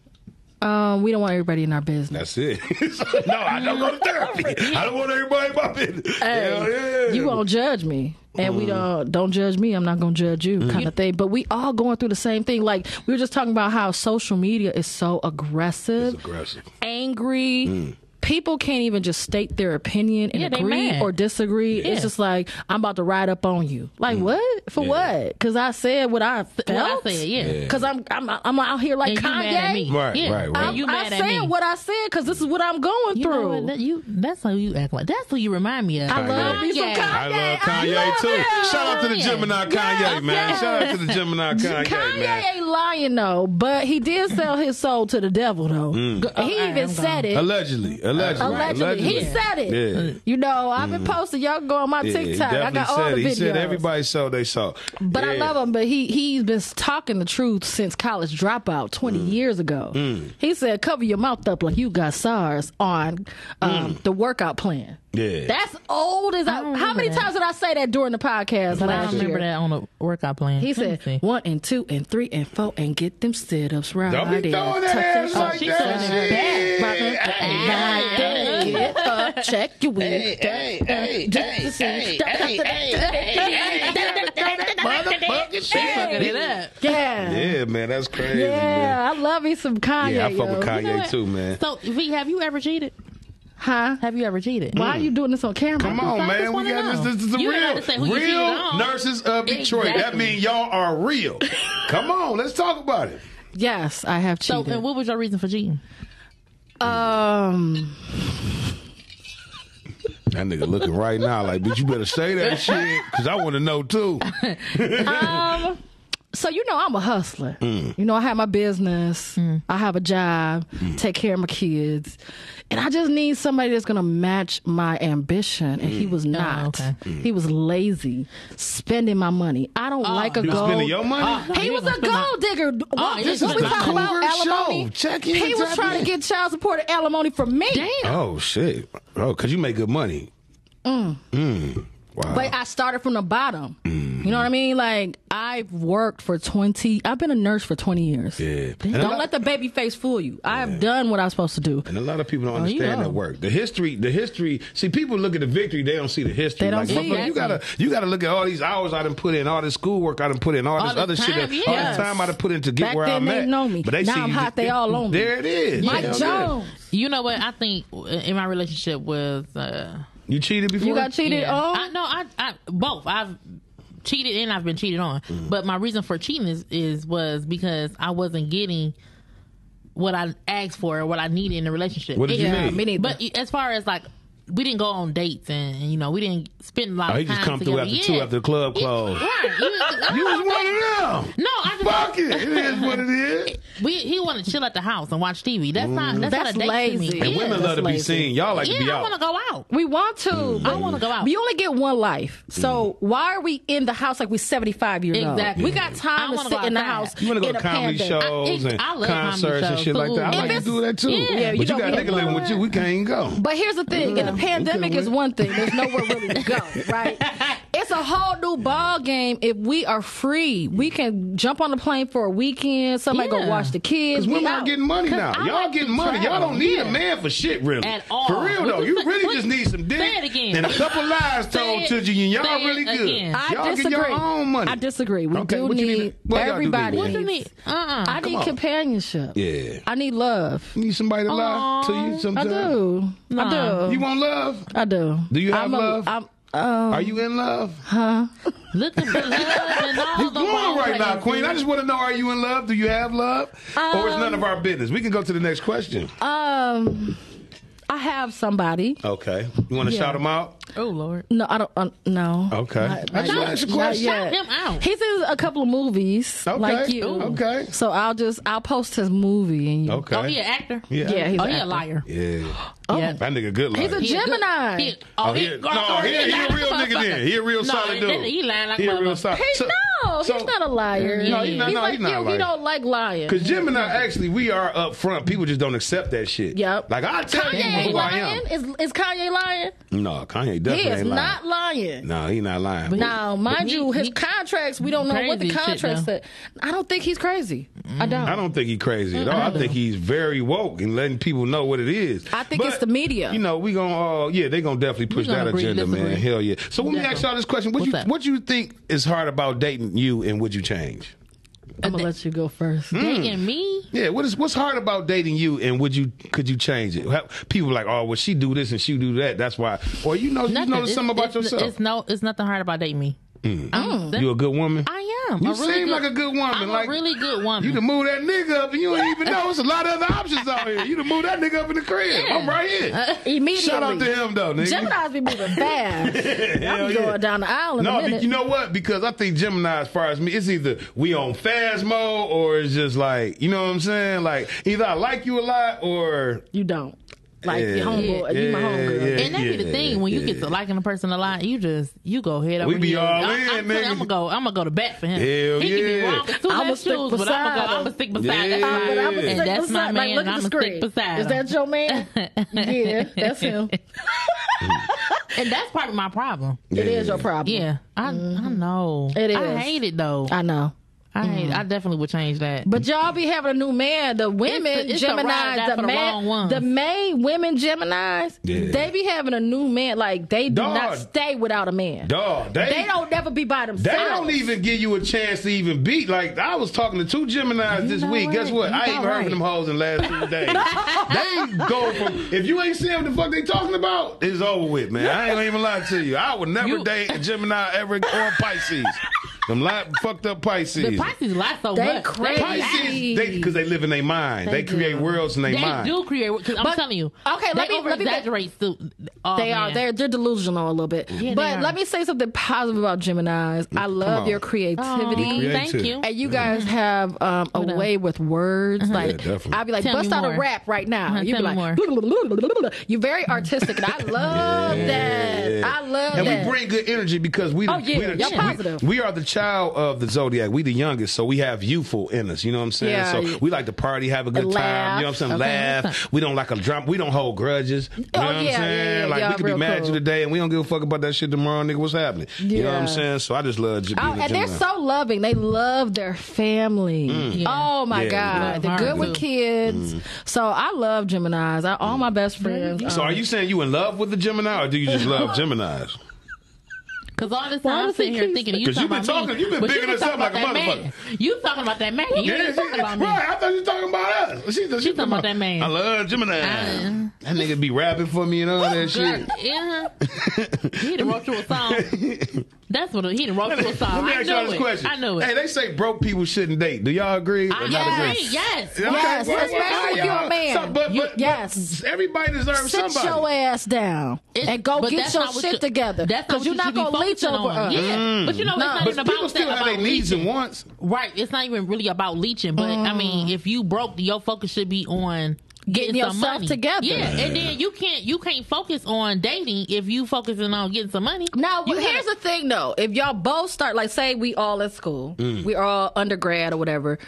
S1: Um, we don't want everybody in our business.
S3: That's it. no, I don't go to therapy. I don't want everybody in my business. Hell yeah.
S1: You won't judge me, and
S3: Mm.
S1: we don't don't judge me. I'm not gonna judge
S3: Mm-hmm.
S1: you, kind of thing. But we all going through the same thing. Like we were just talking about how social media is so aggressive,
S3: It's aggressive.
S1: angry. people can't even just state their opinion and
S2: Yeah, they
S1: agree
S2: mad.
S1: or disagree.
S2: Yeah.
S1: It's just like I'm about to ride up on you. Like
S3: Mm.
S1: what? For what? Because I said what I felt.
S2: What I said, yeah.
S1: Because I'm I'm I'm out here like
S2: And you
S1: Kanye.
S2: mad at me?
S3: Right,
S2: yeah.
S3: right, right.
S2: And You
S1: I
S2: mad at
S1: said
S2: me?
S1: what I said because this is what I'm going
S2: you know
S1: through.
S2: what? That, you, that's how you act like. That's who you remind me of.
S1: I love
S3: Kanye.
S1: me some
S2: I
S1: Kanye.
S3: I love Kanye
S1: love
S3: too.
S1: him.
S3: Shout out to the
S2: Yeah.
S3: Gemini Kanye, man. Shout out to the Gemini Kanye,
S1: Kanye
S3: man.
S1: ain't lying though, but he did sell his soul to the devil though. He
S2: right,
S1: even
S2: I'm
S1: said it.
S3: Mm. Allegedly, allegedly,
S1: Allegedly. He said it.
S3: Yeah. Mm.
S1: You know, I've been posting. Y'all can go on my
S3: Yeah, he
S1: TikTok. I
S3: definitely
S1: got all
S3: said
S1: the
S3: it.
S1: videos.
S3: He said everybody saw they saw.
S1: But I love him. But he he's been talking the truth since college dropout twenty
S3: Mm.
S1: years ago. He said, "Cover your mouth up like you got SARS on um, the workout plan."
S3: Mm. Yeah.
S1: That's old as I.
S2: don't
S1: How many
S2: remember that.
S1: times did I say that during the podcast
S2: But I
S1: last
S2: don't
S1: year?
S2: remember that on the workout plan.
S1: He
S2: Let me see.
S1: said one and two and three and four and get them sit ups right.
S3: Don't be
S1: there.
S3: throwing
S1: Tuck
S3: that ass
S1: shit
S3: like
S2: she said
S3: that.
S2: it
S1: back,
S3: Shit.
S1: rock it
S2: Hey,
S1: right there. Get up, check your wig.
S3: Motherfucking
S2: Fucking it
S3: shit.
S2: up.
S1: Yeah.
S3: Yeah, man, that's crazy. man.
S1: Yeah, I love me some Kanye.
S3: Yeah, I fuck
S1: yo.
S3: with Kanye
S2: You know what?
S3: too, man.
S2: So, V, have you ever cheated?
S1: Huh?
S2: Have you ever cheated?
S1: Why are you doing this on camera?
S3: Come on,
S2: I just
S3: man. We
S2: wanna
S3: got
S2: know.
S3: this. This is the
S2: You didn't have to say who
S3: real,
S2: you cheated
S3: real
S2: on.
S3: nurses of Detroit. That
S2: Exactly.
S3: means y'all are real. Come on, let's talk about it.
S1: Yes, I have
S2: So,
S1: cheated.
S2: and what was your reason for cheating?
S1: um,
S3: That nigga looking right now like, bitch, you better say that shit because I want to know too.
S1: Um, so you know I'm a hustler.
S3: Mm.
S1: You know I have my business. I have a job.
S3: Mm.
S1: Take care of my kids, and I just need somebody that's gonna match my ambition. And
S3: Mm.
S1: he
S3: Oh,
S1: was not.
S2: okay.
S1: He was lazy, spending my money. I don't like a
S3: Oh. You
S1: gold.
S3: spending your money?
S1: he was a gold digger. What,
S2: Oh, this
S1: what
S2: is
S1: we
S2: the
S1: talking about?
S3: Cougar Show.
S1: Alimony.
S3: Check in,
S1: he was
S3: tap
S1: trying
S3: in.
S1: to get child support and alimony from me.
S3: Oh shit! Oh, cause you make good money. Mm. Wow.
S1: But I started from the bottom.
S3: Mm.
S1: You know what I mean? Like I've worked for twenty. I've been a nurse for twenty years.
S3: yeah. And a
S1: Don't
S3: lot-
S1: let the baby face fool you. I have done what I'm supposed to do.
S3: And a lot of people
S1: Oh,
S3: don't
S2: you
S3: understand
S2: know.
S3: that work. The history, the history. See, people look at the victory, they don't see the history.
S1: They don't
S3: like,
S1: see
S3: motherfucker,
S1: it.
S3: you gotta, you gotta look at all these hours I done put in, all this schoolwork I done put in, all this
S2: All the
S3: other shit,
S2: time,
S3: all
S2: yes.
S3: this time I done put in to get
S1: Back
S3: where
S1: then
S3: I'm
S1: they
S3: at.
S1: know me.
S3: But they
S1: Now
S3: see
S1: I'm
S3: you-
S1: hot, they all on me.
S3: There it is.
S1: Mike
S3: Hell yeah.
S1: Jones,
S2: You know what? I think in my relationship with. Uh,
S3: You cheated before.
S1: you got cheated
S2: yeah.
S1: on.
S2: I, no, I, I both. I've cheated and I've been cheated on.
S3: Mm.
S2: But my reason for cheating is, is was because I wasn't getting what I asked for or what I needed in the relationship.
S3: What did you
S1: yeah,
S3: need?
S1: me neither.
S2: But as far as like, we didn't go on dates and, and, you know we didn't spend a lot
S3: Oh,
S2: of
S3: he just
S2: time
S3: come through
S2: together.
S3: after
S2: yeah.
S3: two after the club closed.
S2: Right. You was- "Oh."
S3: You was one of them.
S2: no, I just
S3: Fuck it. It is what it is.
S2: We he want to chill at the house and watch TV. That's not that's,
S1: That's
S2: not a date
S1: lazy.
S2: to me.
S1: And
S2: yeah.
S3: Women love to be
S1: lazy.
S3: seen. Y'all like to be
S2: yeah, I
S3: out.
S2: want to go out.
S1: we want to.
S3: Mm.
S2: I want to go out.
S1: You only get one life, so why are we in the house like we're seventy five years old?
S2: Exactly.
S1: We got
S2: I
S1: time to
S2: wanna
S1: sit
S2: go
S1: in the
S2: outside.
S1: house.
S3: You want to go
S1: in
S3: to
S1: a
S3: comedy
S1: pandemic.
S3: shows
S2: I-
S3: and
S2: I love comedy
S3: concerts and
S2: shows,
S3: shit like that. I
S2: food.
S3: like to
S1: If
S3: do that too.
S2: yeah, you
S3: but you
S1: don't
S3: got a
S1: get
S3: nigga living with you. We can't even go.
S1: But here's the thing:
S3: Mm.
S1: in a pandemic
S3: Okay,
S1: is
S3: well.
S1: one thing. There's nowhere really to go, right? It's a whole new ball game. If we are free, we can jump on the plane for a weekend. Somebody
S2: Yeah.
S1: go watch the kids.
S3: Because
S1: We
S3: women are
S1: out.
S3: getting money now.
S2: I
S3: Y'all
S2: like to
S3: getting money.
S2: travel.
S3: Y'all don't need
S2: Yeah.
S3: a man for shit, really.
S2: At all.
S3: For real,
S2: What
S3: though.
S2: you
S3: You
S2: say-
S3: really
S2: what
S3: just
S2: you-
S3: need some dick.
S2: Say it again.
S3: And a couple lies
S2: Say
S3: told
S2: it-
S3: to you, and y'all
S2: say it
S3: really good.
S2: again.
S1: I
S3: y'all
S1: disagree.
S3: get your own money.
S1: I disagree. We
S3: Okay,
S1: do
S3: what you
S1: need
S3: need- what y'all do
S1: everybody.
S3: need? What
S2: you
S1: needs-
S2: need? Uh-uh.
S1: I need
S3: on.
S1: companionship.
S3: Yeah.
S1: I need love.
S3: You need somebody to lie to you
S2: Aw,
S1: I
S3: sometimes.
S1: do. I do.
S3: You want love?
S1: I do.
S3: Do you have
S1: I'm a-
S3: love?
S1: I'm, um,
S2: Oh.
S3: Are you in love?
S2: Look at the love and all the
S3: Go on
S2: wrong
S3: right now,
S2: places.
S3: Queen. I just want to know: Are you in love? Do you have love, or it's none of our business? We can go to the next question.
S1: um, I have somebody.
S3: Okay. You want to
S1: Yeah.
S3: shout him out?
S2: Oh Lord.
S1: No, I don't. Uh, no.
S3: Okay. I just
S1: not-
S3: asked a
S1: not
S3: question.
S1: yet.
S2: Shout him out.
S1: He's in a couple of movies,
S3: Okay.
S1: like you.
S3: Ooh. Okay.
S1: So I'll just I'll post his movie and you.
S3: Okay.
S2: Oh, he an actor.
S3: Yeah.
S1: Yeah. He's
S2: oh,
S1: an
S2: he a
S1: actor.
S2: liar.
S3: Yeah.
S2: Yeah.
S3: That nigga good
S1: He's a
S3: life.
S2: He a good-
S1: Gemini.
S2: He, oh,
S3: Oh, he, no, he, he, a real nigga then. He a real
S2: no,
S3: solid
S2: he-
S3: dude.
S2: He lying like
S3: He a real
S2: motherfucker.
S3: solid.
S1: He- no,
S3: so-
S1: he's not a liar.
S2: No, he's not-
S1: he's
S3: no,
S1: like
S3: he's not
S1: you.
S3: a
S1: He
S3: liar.
S1: don't like lying.
S3: Cause Gemini, actually, we are up front. People just don't accept that shit.
S1: Yep.
S3: Like I tell
S1: Kanye
S3: people
S1: ain't
S3: who I am.
S1: lying. Is, is Kanye lying?
S3: No, Kanye
S1: He
S3: definitely
S1: is
S3: ain't lying.
S1: not lying.
S3: no, he not lying.
S1: Now, mind
S2: he-
S1: you, his
S2: he-
S1: contracts, we don't know what the
S2: Crazy shit,
S1: contracts
S2: though.
S1: said. I don't think he's crazy. I don't.
S3: Mm, I don't think he's crazy at all. I think he's very woke and letting people know what it is.
S1: I think it's the media.
S3: You know, we gonna uh, yeah, they gonna definitely push
S2: gonna
S3: that
S2: agree,
S3: agenda, man.
S2: disagree.
S3: Hell yeah. So let me ask y'all this question: What
S2: What's
S3: you
S2: that?
S3: what you think is hard about dating you, and would you change?
S1: I'm gonna let you go first.
S3: mm.
S2: Dating me?
S3: Yeah, what is what's hard about dating you, and would you could you change it? How- People are like, oh, well, she do this and she do that. That's why, or you know, you
S2: Nothing.
S3: notice
S2: It's-
S3: something about
S2: it's,
S3: yourself.
S2: It's no, it's nothing hard about dating me. I'm, that-
S3: Mm. you a good woman.
S2: I am.
S3: You
S2: a really
S3: seem
S2: good-
S3: like a good woman,
S2: I'm
S3: like-
S2: a really good woman.
S3: You to move that nigga up, and you ain't even know. It's a lot of other options out here. You to move that nigga up in the crib. I'm
S2: Uh,
S3: right here.
S1: Immediately.
S3: Shout out to him though, nigga.
S1: Gemini's be moving fast.
S3: Hell
S1: I'm
S3: yeah.
S1: going down the aisle in a
S3: No,
S1: minute.
S3: you know what? Because I think Gemini, as far as me, it's either we on fast mode or it's just like, you know what I'm saying? Like, either I like you a lot or.
S1: You don't. Like
S3: Yeah.
S1: your homeboy, you my
S3: Yeah,
S1: homegirl.
S3: yeah.
S2: and that be the thing when you get to liking a person a lot, you just you go head over.
S3: We be
S2: heels.
S3: all
S2: I'm, I'm, telling
S3: in,
S2: you,
S3: nigga.
S2: I'm gonna go. I'm gonna go to bat for him.
S3: Hell
S2: he can be
S3: yeah.
S2: wrong with two
S1: I'ma
S2: left
S1: stick
S2: shoes, but I'm
S1: beside
S2: gonna go. I'm
S1: him.
S2: gonna stick beside.
S3: Yeah.
S2: That's
S3: Uh,
S1: But
S2: my,
S1: I'm
S2: and
S1: stick
S2: that's my
S1: beside-
S2: man.
S1: like, look
S2: and
S1: at
S2: I'm
S1: the
S2: gonna stick
S1: screen.
S2: beside.
S1: Is that
S2: him.
S1: your man? yeah, that's him.
S2: and that's probably my problem.
S3: Mm-hmm.
S1: It is your problem.
S2: Yeah, I I know.
S1: Mm-hmm. It
S2: I
S1: is. Mm-hmm.
S2: hate it though. I,
S1: I know.
S2: hate, I definitely would change that.
S1: But y'all be having a new man. The women
S2: It's the- it's the ride
S1: Gemini,
S2: out
S1: the,
S2: for the wrong
S1: man,
S2: ones.
S1: the May women Gemini's,
S3: Yeah.
S1: they be having a new man. Like they do
S3: Dog.
S1: not stay without a man.
S3: Dog, they,
S1: They don't never be by
S3: They
S1: themselves.
S3: don't even give you a chance to even beat. Like I was talking to two Gemini's this
S2: know
S3: week. Guess
S2: what?
S3: what?
S2: You
S3: I ain't
S2: got
S3: even heard
S2: right.
S3: from them hoes in the last two days. they go from if you ain't seeing what the fuck they talking about, it's over with, man. I ain't gonna even lie to you. I would never
S2: You-
S3: date a Gemini ever or a Pisces. Them li- fucked up
S2: The
S3: Pisces.
S2: Pisces lie so
S1: They
S2: much.
S1: crazy.
S3: Pisces, they because they live in their mind.
S1: They
S3: They, create
S1: do.
S3: worlds in their
S2: They
S3: mind.
S2: do create. Cause I'm
S1: But-
S2: telling you.
S1: okay, let
S2: they
S1: me- let me back-
S2: exaggerate. Oh,
S1: They are.
S2: man.
S1: They're they're delusional a little bit.
S2: they
S1: but
S2: are.
S1: let me say something positive about Gemini's. I love
S3: Mm, on.
S1: your creativity.
S2: Aw,
S3: creative.
S2: Thank you.
S1: And you guys have um, a
S2: Oh. else? Mm-hmm.
S1: way with words. Like
S3: Yeah, definitely.
S1: I'd be like,
S2: Tell me
S1: bust out
S2: more.
S1: a rap right now.
S2: Uh-huh,
S1: You'd be
S2: tell me
S1: like, you're very artistic, and I love that. I love
S3: and
S1: that.
S3: we bring good energy because we,
S1: Oh, yeah,
S3: we, the-
S1: y'all
S3: we-
S1: positive.
S3: we, are the child of the zodiac. We the youngest, so we have youthful in us. You know what I'm saying?
S1: Yeah.
S3: So we like to party, have a good
S1: Laugh.
S3: time. You know what I'm saying?
S2: Okay, that's
S3: Laugh. We don't like a drum. We don't hold grudges. You
S1: Oh,
S3: know what I'm
S1: yeah,
S3: saying?
S1: yeah, yeah,
S3: like
S1: y'all
S3: we could be
S1: real
S3: mad at
S1: cool.
S3: you today, and we don't give a fuck about that shit tomorrow, nigga. What's happening? You know what
S1: Yeah.
S3: I'm saying? So I just love you.
S1: Oh, and they're so loving. They love their family. Oh my
S3: Mm. Yeah, Mm.
S1: God,
S2: they
S1: they're
S2: love
S1: good
S2: mine,
S1: with
S2: too.
S1: kids. So I love Gemini's. I, all my best friends.
S3: So are you saying you in love with the Gemini, or do you just love Geminis?
S2: Cause all this
S1: Why
S2: time I'm
S1: does
S2: sitting
S1: he
S2: here
S1: keep-
S2: thinking you
S3: 'Cause
S2: talking
S3: you been
S2: about me,
S3: talking- you been
S2: but
S3: bigging
S2: been
S3: us
S2: talking
S3: up
S2: about
S3: like a
S2: that man. You talking about that man? Oh, You
S3: Yeah,
S2: didn't talk about me.
S3: Right, I thought you were talking about us. She, she,
S2: She talking about that man.
S3: I love Gemini.
S2: I-
S3: that nigga be rapping for me and all that shit.
S2: Girl, yeah. He done wrote you a song. That's what he done wrote you a
S3: Let
S2: song.
S3: me
S2: I
S3: ask
S2: knew
S3: y'all this
S2: it.
S3: question.
S2: I knew it.
S3: Hey, they say broke people shouldn't date. Do y'all agree? or
S2: I
S3: not
S1: yes.
S2: agree. Yes.
S3: Okay,
S1: Yes,
S3: well,
S1: especially
S3: well,
S1: if
S3: y'all-
S1: you're a man.
S3: So, but,
S1: You-
S3: but,
S1: yes.
S3: Everybody deserves
S1: Sit
S3: somebody.
S1: your ass down
S2: It's-
S1: and go
S2: but
S1: get
S2: that's
S1: your
S2: not what
S1: shit
S2: you-
S1: together.
S2: That's not
S1: Because
S2: what
S1: you're
S2: you
S1: not
S2: should be
S1: gonna leech
S2: focusing
S1: over
S2: on.
S1: us.
S2: Yeah, but you know
S1: No.
S2: it's not
S3: but
S2: even about
S3: people still
S2: that,
S3: have
S2: about
S3: their needs
S2: leeching.
S3: and wants.
S2: Right. It's not even really about leeching, but I mean, if you broke, your focus should be on
S1: Mm. Getting
S2: some
S1: yourself
S2: money.
S1: together.
S2: Yeah, and then you can't you can't focus on dating if you focusing on getting some money.
S1: Now,
S2: You
S1: here's
S2: gotta-
S1: the thing, though. If y'all both start, like, say we all at school,
S2: Mm.
S1: we all undergrad or whatever,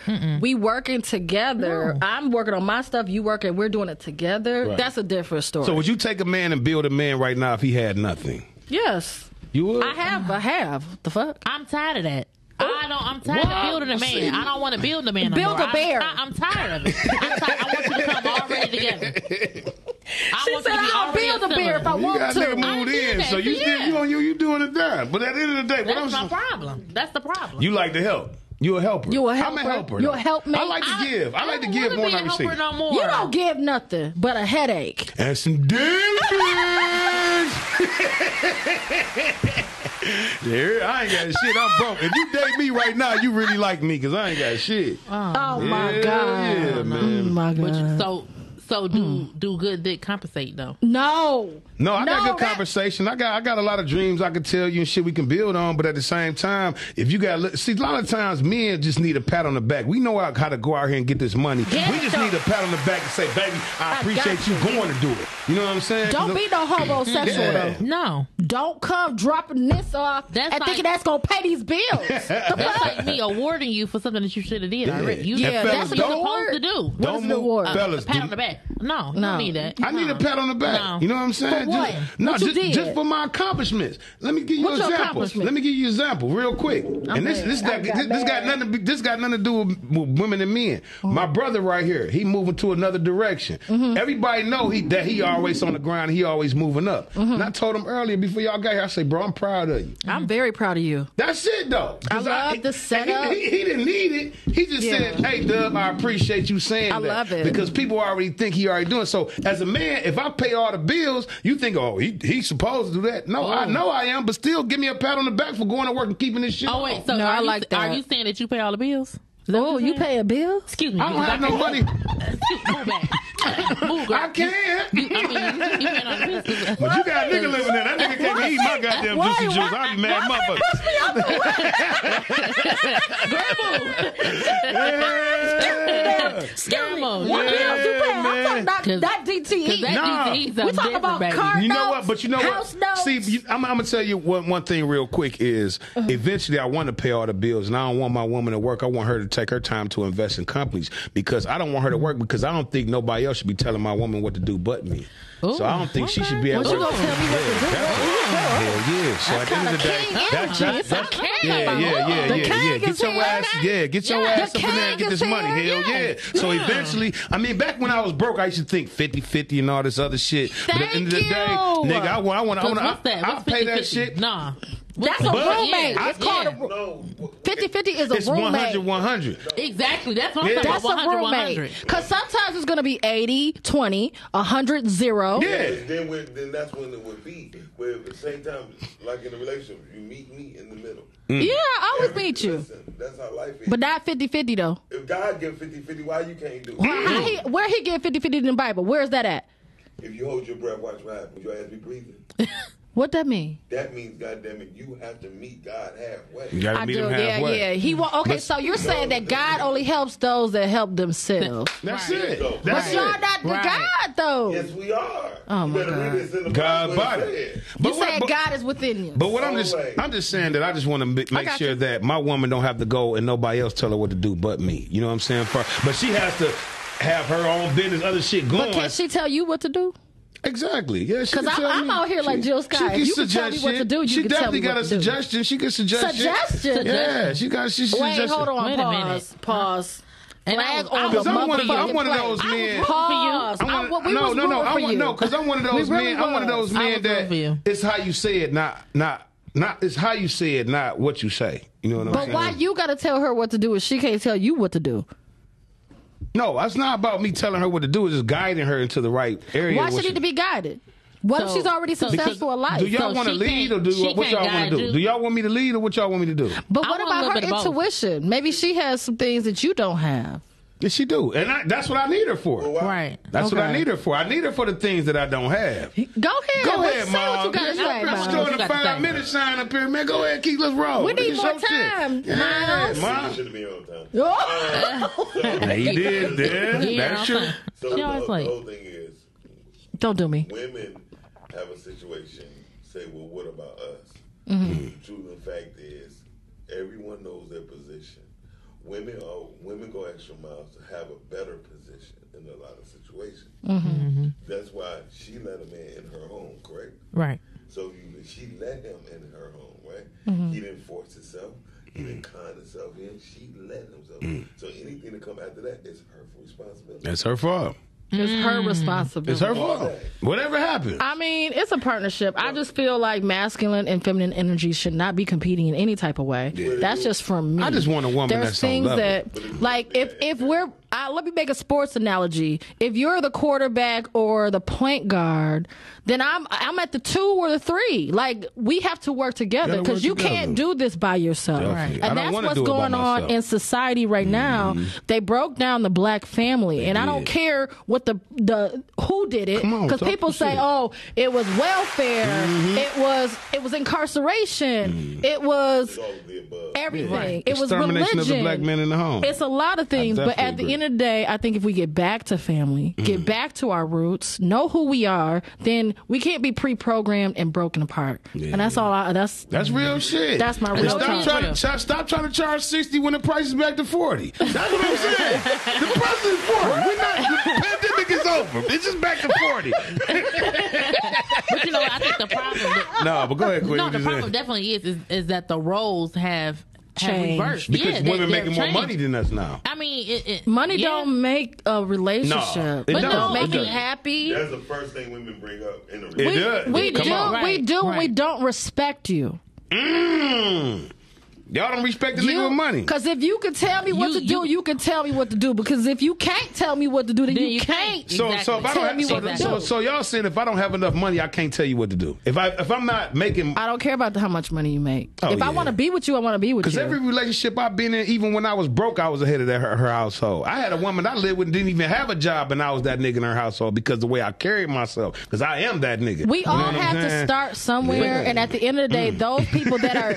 S1: we working together. I'm working on my stuff, you working, we're doing it together.
S3: Right.
S1: That's a different story.
S3: So would you take a man and build a man right now if he had nothing?
S1: yes,
S3: You would.
S1: I have. I have the fuck.
S2: I'm tired of that. I don't. I'm tired
S3: What?
S2: of building a
S3: See?
S2: man. I don't want to build a man. no
S1: Build
S2: more.
S1: a bear.
S2: I'm, ti- I'm tired of it. I'm tired. I want you to come already together. I
S1: She
S2: want
S1: said
S2: you to be
S1: I'll
S2: already
S1: build a bear if I
S2: assimilate.
S3: You
S1: want
S3: got a nigga
S1: to.
S3: moved
S2: I did
S3: in,
S2: that,
S3: so you
S2: so
S3: still
S2: yeah.
S3: you on you you doing it done. But at the end of the day, what I'm
S2: That's my
S3: saying-
S2: problem. That's the problem.
S3: You like to help. You a helper.
S1: You a
S3: I'm a
S1: helper.
S3: helper.
S1: You
S3: though.
S1: a help man.
S3: I like to
S2: I-
S3: give. I like to
S2: don't
S3: give
S2: wanna
S3: more
S2: be a
S3: than I
S2: helper
S3: receive.
S2: No more.
S1: You don't give nothing but a headache.
S3: and some dimples. yeah, I ain't got shit. I'm broke. If you date me right now, you really like me because I ain't got shit.
S1: Oh my
S3: yeah,
S1: god.
S3: yeah, man.
S1: Oh my god.
S2: But you- so so do do good dick compensate though.
S1: no.
S3: No, I got good
S1: that-
S3: conversation. I got I got a lot of dreams I could tell you and shit we can build on. But at the same time, if you got li- see, a lot of times men just need a pat on the back. We know how, how to go out here and get this money.
S1: Yeah,
S3: we just
S1: so-
S3: need a pat on the back and say, "Baby, I,
S1: I
S3: appreciate
S1: got
S3: you
S1: you."
S3: going to do it." You know what I'm saying?
S1: Don't be no homosexual
S3: Yeah.
S1: though.
S2: No,
S1: Don't come dropping this off
S2: That's
S1: and
S2: like-
S1: thinking that's gonna pay these bills. The
S2: that's
S1: fuck?
S2: like me awarding you for something that you should have did
S3: Yeah.
S2: already. You,
S3: Yeah,
S2: that's
S3: fellas,
S2: what you're
S3: don't-
S2: supposed to do.
S1: What is
S3: Don't
S1: the
S3: move,
S1: award?
S3: fellas.
S2: A pat on
S3: do-
S2: the back. back. No, no,
S1: No.
S2: don't need that.
S3: I need
S2: No.
S3: a pat on the back.
S2: No.
S3: You know what I'm
S1: For
S3: saying?
S1: what?
S3: Just, no,
S1: What you
S3: just,
S1: did?
S3: just for my accomplishments. Let me give you
S1: What's
S3: an
S1: your
S3: example.
S1: accomplishment?
S3: Let me give you an example real quick. and this this
S5: I
S3: got,
S5: got
S3: this, this got
S5: mad.
S3: nothing to be, this got nothing to do with, with women and men.
S1: Oh.
S3: My brother right here, he moving to another direction.
S1: Mm-hmm.
S3: Everybody know he that he always on the ground, he always moving up.
S1: Mm-hmm.
S3: And I told him earlier before y'all got here, I say, bro, I'm proud of you.
S1: I'm very proud of you.
S3: That's it though. 'Cause
S1: I love the
S3: and he-
S1: setup.
S3: He, he didn't need it. He just
S1: Yeah.
S3: said, "Hey, Dub, I appreciate you saying
S1: I
S3: that."
S1: love it.
S3: because people already think he already doing. So as a man, if I pay all the bills, you think, "Oh, he he supposed to do that." No, I know I am, but still, give me a pat on the back for going to work and keeping this shit.
S2: Oh wait, so
S1: No,
S2: are
S1: I
S2: you,
S1: like that.
S2: Are you saying that you pay all the bills?
S1: Oh, you pay a bill?
S2: Excuse me.
S3: I don't have no money.
S2: Move back. Move, girl.
S3: I can't.
S2: I mean, you, you paying all the bills.
S3: But you got a nigga living there. That nigga can't eat my goddamn
S1: Why-
S3: juicy juice.
S1: why-
S3: I'd be mad, motherfucker. Yeah.
S2: Grandma,
S5: What
S3: Yeah,
S5: bills you paying? I'm
S3: man.
S5: talking
S2: 'Cause-
S5: about not, not DTE.
S1: E.
S2: 'Cause that
S3: Nah.
S2: DTE's a
S5: We talking
S2: different
S5: about
S2: baby.
S5: car-
S3: You know
S5: notes,
S3: what? But you know
S5: house
S3: what?
S5: notes.
S3: See, you, I'm, I'm gonna tell you one one thing real quick is
S1: Uh-huh.
S3: eventually I want to pay all the bills, and I don't want my woman to work. I want her to take her time to invest in companies because I don't want her to work because I don't think nobody else should be telling my woman what to do but me. so I don't think she should be at
S1: What you
S3: work.
S1: gonna tell me what to do?
S3: Hell yeah! So at the end of the day,
S1: king
S3: that's,
S1: energy.
S3: that's,
S1: It's not
S3: that's
S1: king
S3: yeah, yeah,
S1: about
S3: yeah,
S1: who.
S3: yeah,
S1: The king
S3: yeah. Get
S1: is
S3: your
S1: here.
S3: ass, yeah, get your
S1: Yeah,
S3: ass
S1: the
S3: up in there and
S1: king
S3: get this
S1: is
S3: money.
S1: here.
S3: Hell yeah!
S1: Yes.
S3: So eventually, I mean, back when I was broke, I used to think 50-50 and all this other shit. But at the end of the day,
S2: Thank you.
S3: nigga, I want, I want, I
S2: Cause
S3: want,
S2: what's
S3: I,
S2: that?
S3: I'll
S2: What's
S3: pay that
S2: 50?
S3: shit.
S2: Nah.
S5: That's a
S3: But
S5: roommate.
S3: I
S2: It's-
S3: called
S2: yeah.
S3: it.
S1: 50-50 is a
S3: It's
S1: roommate.
S3: 100, 100.
S2: Exactly. That's what I'm
S3: Yeah.
S2: talking about.
S1: That's a
S2: 100,
S1: roommate.
S2: 100.
S1: Because sometimes it's going to be 80, 20, 100, 0.
S3: Yeah.
S4: Then, we then that's when it would be. Where at the same time, like in a relationship, you meet me in the middle.
S1: Yeah, I always meet you.
S4: Listen, that's how life is.
S1: But not 50-50, though.
S4: if God give 50-50, why you can't do it?
S3: Mm-hmm.
S1: Why- how he- where he get 50-50 in the Bible? Where's that at?
S4: If you hold your breath, watch what happens. Your ass be breathing.
S1: What that mean?
S4: That means, goddamn it, you have to meet God halfway.
S3: You gotta
S1: I
S3: meet
S1: do.
S3: him
S1: Yeah,
S3: halfway.
S1: yeah. He wa- Okay, so you're saying that God only helps those that help themselves.
S3: That's
S2: Right.
S3: it.
S1: But
S3: That's
S1: y'all
S3: it.
S1: not the
S2: Right.
S1: God, though.
S4: Yes, we are.
S1: Oh,
S4: you
S1: my
S4: better
S1: God.
S4: read this in the
S3: God
S4: Bible what it
S3: body.
S4: said.
S3: But
S1: you
S3: what-
S1: saying
S3: but-
S1: God is within you.
S3: But what I'm just
S4: Always.
S3: I'm just saying that I just want to make
S1: got
S3: sure
S1: you.
S3: that my woman don't have to go and nobody else tell her what to do but me. You know what I'm saying? For- But she has to have her own business, other shit going.
S1: but can she tell you what to do?
S3: exactly. Yeah,
S1: Because
S3: she can
S1: I'm,
S3: tell
S1: I'm
S3: me.
S1: out here like Jill Scott.
S3: She
S1: If you can tell me
S3: suggest
S1: what to
S3: shit.
S1: do. You
S3: she
S1: can tell
S3: definitely
S1: me
S3: got
S1: what
S3: a
S1: to do.
S3: suggestion. She can suggest
S1: Suggestion?
S3: Shit. Yeah, she got. She
S1: Wait,
S3: suggested.
S1: hold on.
S2: Wait a
S1: pause.
S2: minute.
S1: Pause.
S2: And I
S1: Flag
S2: was- I
S1: on the
S2: was
S3: I'm one of the-
S1: motherfucking
S3: I'm one of
S1: play.
S3: those
S1: I was
S3: men-
S1: rooting Pause.
S3: I'm one,
S1: I- well, we
S3: no,
S1: was
S3: no, no,
S1: rooting
S3: I
S1: for
S3: want,
S1: you.
S3: no, because I'm one of
S1: We
S3: those
S1: really
S3: men. I'm one of
S1: was.
S3: those
S2: I
S3: men
S2: was rooting for
S3: that
S2: you.
S3: it's how you say it, not, not, not. It's how you say it, not what you say. You know what I'm
S1: But
S3: saying?
S1: why you gotta tell her what to do if she can't tell you what to do?
S3: No, that's not about me telling her what to do. It's just guiding her into the right area.
S1: Why
S3: What
S1: she need to be guided? What if
S2: So-
S1: she's already
S2: so-
S1: successful in life?
S3: Do y'all
S2: So
S3: want to
S2: she
S3: lead or
S2: can't-
S3: do
S2: she
S3: what, what
S2: can't
S3: y'all want to
S2: guide
S3: do?
S2: you.
S3: Do y'all want me to lead or what y'all want me to do?
S1: but
S2: I
S1: what
S2: want a
S1: about
S2: little
S1: her
S2: bit of both.
S1: intuition? Maybe she has some things that you don't have.
S3: Yes, she do, and I, that's what I need her for.
S2: Right.
S3: That's what I
S1: Okay.
S3: need her for. I need her for the things that I don't have.
S1: Go ahead.
S3: Go
S1: let's
S3: ahead,
S1: say
S3: Mom.
S1: what you gotta
S3: Yeah,
S1: say.
S2: I'm-
S1: Mom.
S2: I'm
S3: Let's
S2: Mom,
S3: go
S2: what you
S3: to the
S2: got to
S3: five
S2: say?
S3: minute sign up here, man. Go ahead, keep let's roll.
S1: We need
S3: It's
S1: more
S3: your shit.
S1: time,
S3: Yeah,
S1: Miles.
S3: Mom.
S4: Shouldn't be on time.
S1: Oh,
S3: He did, yeah.
S2: Yeah,
S3: That's
S2: I'm
S3: true.
S2: fine.
S4: So
S2: She
S4: the,
S2: always
S4: the
S2: late.
S4: whole thing is,
S1: don't do me.
S4: women have a situation. Say, well, what about us? The truth and fact is, everyone knows their position. Women are women go extra miles to have a better position in a lot of situations. That's why she let a man in her home, correct?
S2: Right.
S4: So you, she let him in her home, right? He didn't force himself. He didn't con himself in. She let himself. So anything to come after that is her responsibility.
S3: That's her fault.
S1: It's her responsibility.
S3: It's her fault. Whatever happened.
S1: I mean, it's a partnership. I just feel like masculine and feminine energy should not be competing in any type of way. That's just from me.
S3: I just want a woman
S1: There's
S3: that's on
S1: things
S3: level.
S1: that, like, if if we're, I, let me make a sports analogy. If you're the quarterback or the point guard, then I'm I'm at the two or the three. Like, we have to work together
S3: Gotta work
S1: because you can't
S3: together.
S1: do this by yourself.
S3: Definitely. I
S1: And
S3: don't
S1: that's
S3: wanna
S1: what's
S3: do it by
S1: going on
S3: myself. Mm-hmm.
S1: in society right now. They broke down the black family, and I don't
S3: did.
S1: care what the the who did it
S3: Come on,
S1: because
S3: talk
S1: people
S3: your
S1: say,
S3: shit.
S1: "Oh." oh, it was welfare,
S3: Mm-hmm.
S1: it was it was incarceration,
S3: Mm.
S1: it was
S4: All of the above.
S1: everything, it was
S3: Extermination
S1: religion.
S3: of the black man in the home.
S1: It's a lot of things, but
S3: definitely
S1: at the
S3: agree. Mm.
S1: end of the day, I think if we get back to family, get back to our roots, know who we are, then we can't be pre-programmed and broken apart. And that's all. I, that's
S3: That's real shit.
S1: That's my
S3: And
S1: real
S3: Stop
S1: talk.
S3: trying, to, stop, stop trying to charge sixty when the price is back to forty. That's what I'm saying. the price is forty. We're not. The pandemic is over. rapper. It's just back to 40.
S2: But you know, what? I think the problem. that-
S3: no, but go ahead, Queen.
S2: no,
S3: What
S2: the
S3: you
S2: problem
S3: saying?
S2: definitely is, is is that the roles have have
S1: Changed.
S2: reversed
S3: Because
S2: yeah, they-
S3: women
S2: they've
S3: making more
S2: changed.
S3: money than us now.
S2: I mean, it, it,
S1: Money
S2: yeah.
S1: don't make a relationship.
S3: No, it
S1: but
S2: doesn't.
S1: don't
S2: It
S1: make you
S2: doesn't.
S1: happy.
S4: That's the first thing women bring up in the
S3: It
S4: relationship.
S3: does.
S1: We
S3: Come
S1: do,
S3: on.
S1: we
S2: Right,
S1: do, when we
S2: right.
S1: don't respect you.
S3: Mm. Y'all don't respect the nigga with money.
S1: Because if you can tell me what
S2: You-
S1: to do,
S2: you-
S1: you, can tell me what to do. Because if you can't tell me what to do, then,
S2: Then
S1: you,
S2: you
S1: can't.
S2: can't.
S3: So, so if I
S2: Exactly.
S3: don't have,
S1: Tell
S3: so,
S1: me what to
S3: so,
S1: do.
S3: so y'all saying if I don't have enough money, I can't tell you what to do. If I if I'm not making,
S1: I don't care about how much money you make.
S3: Oh,
S1: if I
S3: yeah.
S1: want to be with you, I want to be with
S3: because
S1: you.
S3: every relationship I've been in, even when I was broke, I was ahead of that, her, her household. I had a woman I lived with and didn't even have a job, and I was that nigga in her household because the way I carried myself, because I am that nigga.
S1: we
S3: You know
S1: all
S3: what I'm
S1: have to
S3: saying?
S1: start somewhere,
S3: Yeah. Mm.
S1: and at the end of the day, those people that are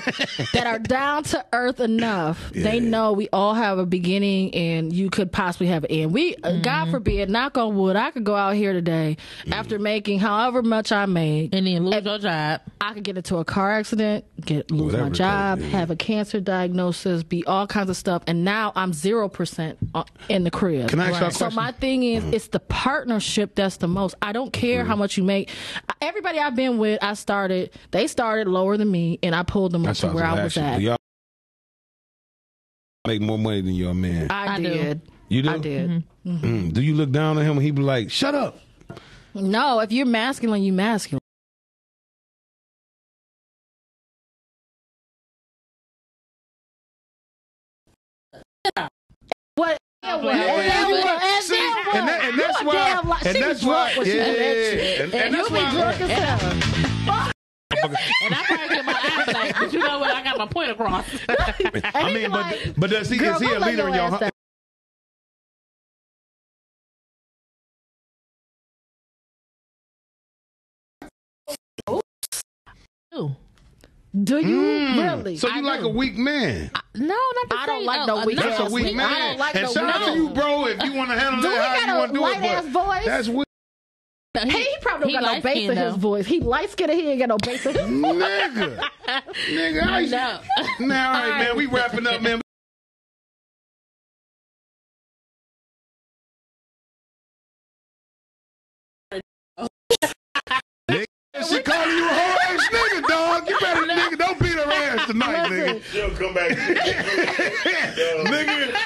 S1: that are down to earth enough, they know we all have a beginning, and you could possibly have an end. We, uh,
S2: Mm-hmm.
S1: God forbid, knock on wood, I could go out here today
S3: Mm.
S1: after making however much I made,
S2: and then lose your job.
S1: I could get into a car accident, get lose
S3: Whatever
S1: my
S3: it
S1: job,
S3: takes, yeah.
S1: have a cancer diagnosis, be all kinds of stuff, and now I'm zero percent uh, in the crib.
S3: Can I ask y'all a
S1: So
S3: question? Uh-huh.
S1: my thing is, it's the partnership that's the most. I don't care how much you make. I- Everybody I've been with, I started. They started lower than me, and I pulled them up
S3: That's
S1: to
S3: what
S1: where I was
S3: asking.
S1: at.
S3: Do Y'all make more money than your man.
S1: I,
S2: I do.
S1: did.
S3: You do?
S1: I did.
S3: Mm. Do you look down on him and he be like, "Shut up"?
S1: No, if you're masculine, you masculine. What? Yeah, well,
S2: Yeah,
S1: and
S3: yeah,
S1: that
S3: you
S1: was-
S3: are.
S1: and
S3: See,
S1: that was-
S3: and that- and
S1: you
S3: that's
S1: a
S3: why-
S1: damn li-
S3: and
S1: she
S3: that's
S1: was
S3: why-
S1: drunk when she
S3: yeah,
S1: did that
S3: yeah,
S1: shit.
S3: and- and
S1: you
S3: that's
S1: be
S3: why-
S1: drunk as hell.
S2: And I probably get my eyes back, but you know what? I got my point across.
S3: I
S1: he
S3: mean,
S1: like,
S3: but but does he
S1: Girl,
S3: is he
S1: go
S3: a
S1: lay
S3: leader in your
S1: ass
S3: home?
S1: down.
S2: Ooh.
S1: Do you
S3: Mm.
S1: really?
S3: So you
S2: I
S3: like
S2: do.
S3: a weak man?
S2: No, not the
S1: I don't
S2: same.
S1: like no
S2: uh,
S1: weak
S2: no,
S3: That's a
S1: ass
S3: weak
S1: nigga.
S3: man.
S1: I don't like
S3: and
S1: no
S3: shout out
S1: weak-
S3: to you, bro, if you want to handle
S1: Do
S3: that
S1: he
S3: how
S1: got
S3: you
S1: a
S3: want to do it.
S1: light-ass
S3: but
S1: voice?
S3: That's weak,
S1: he, he probably don't got no bass in his voice. He light skinned. He ain't got no bass in his voice.
S3: nigga. nigga, I
S2: No.
S3: Now, all right, man, we wrapping up, man. Nigga, She calling you a whole ass nigga, dog. You better, nigga, don't beat her ass tonight, nigga.
S1: Listen,
S4: She'll come back.
S3: nigga,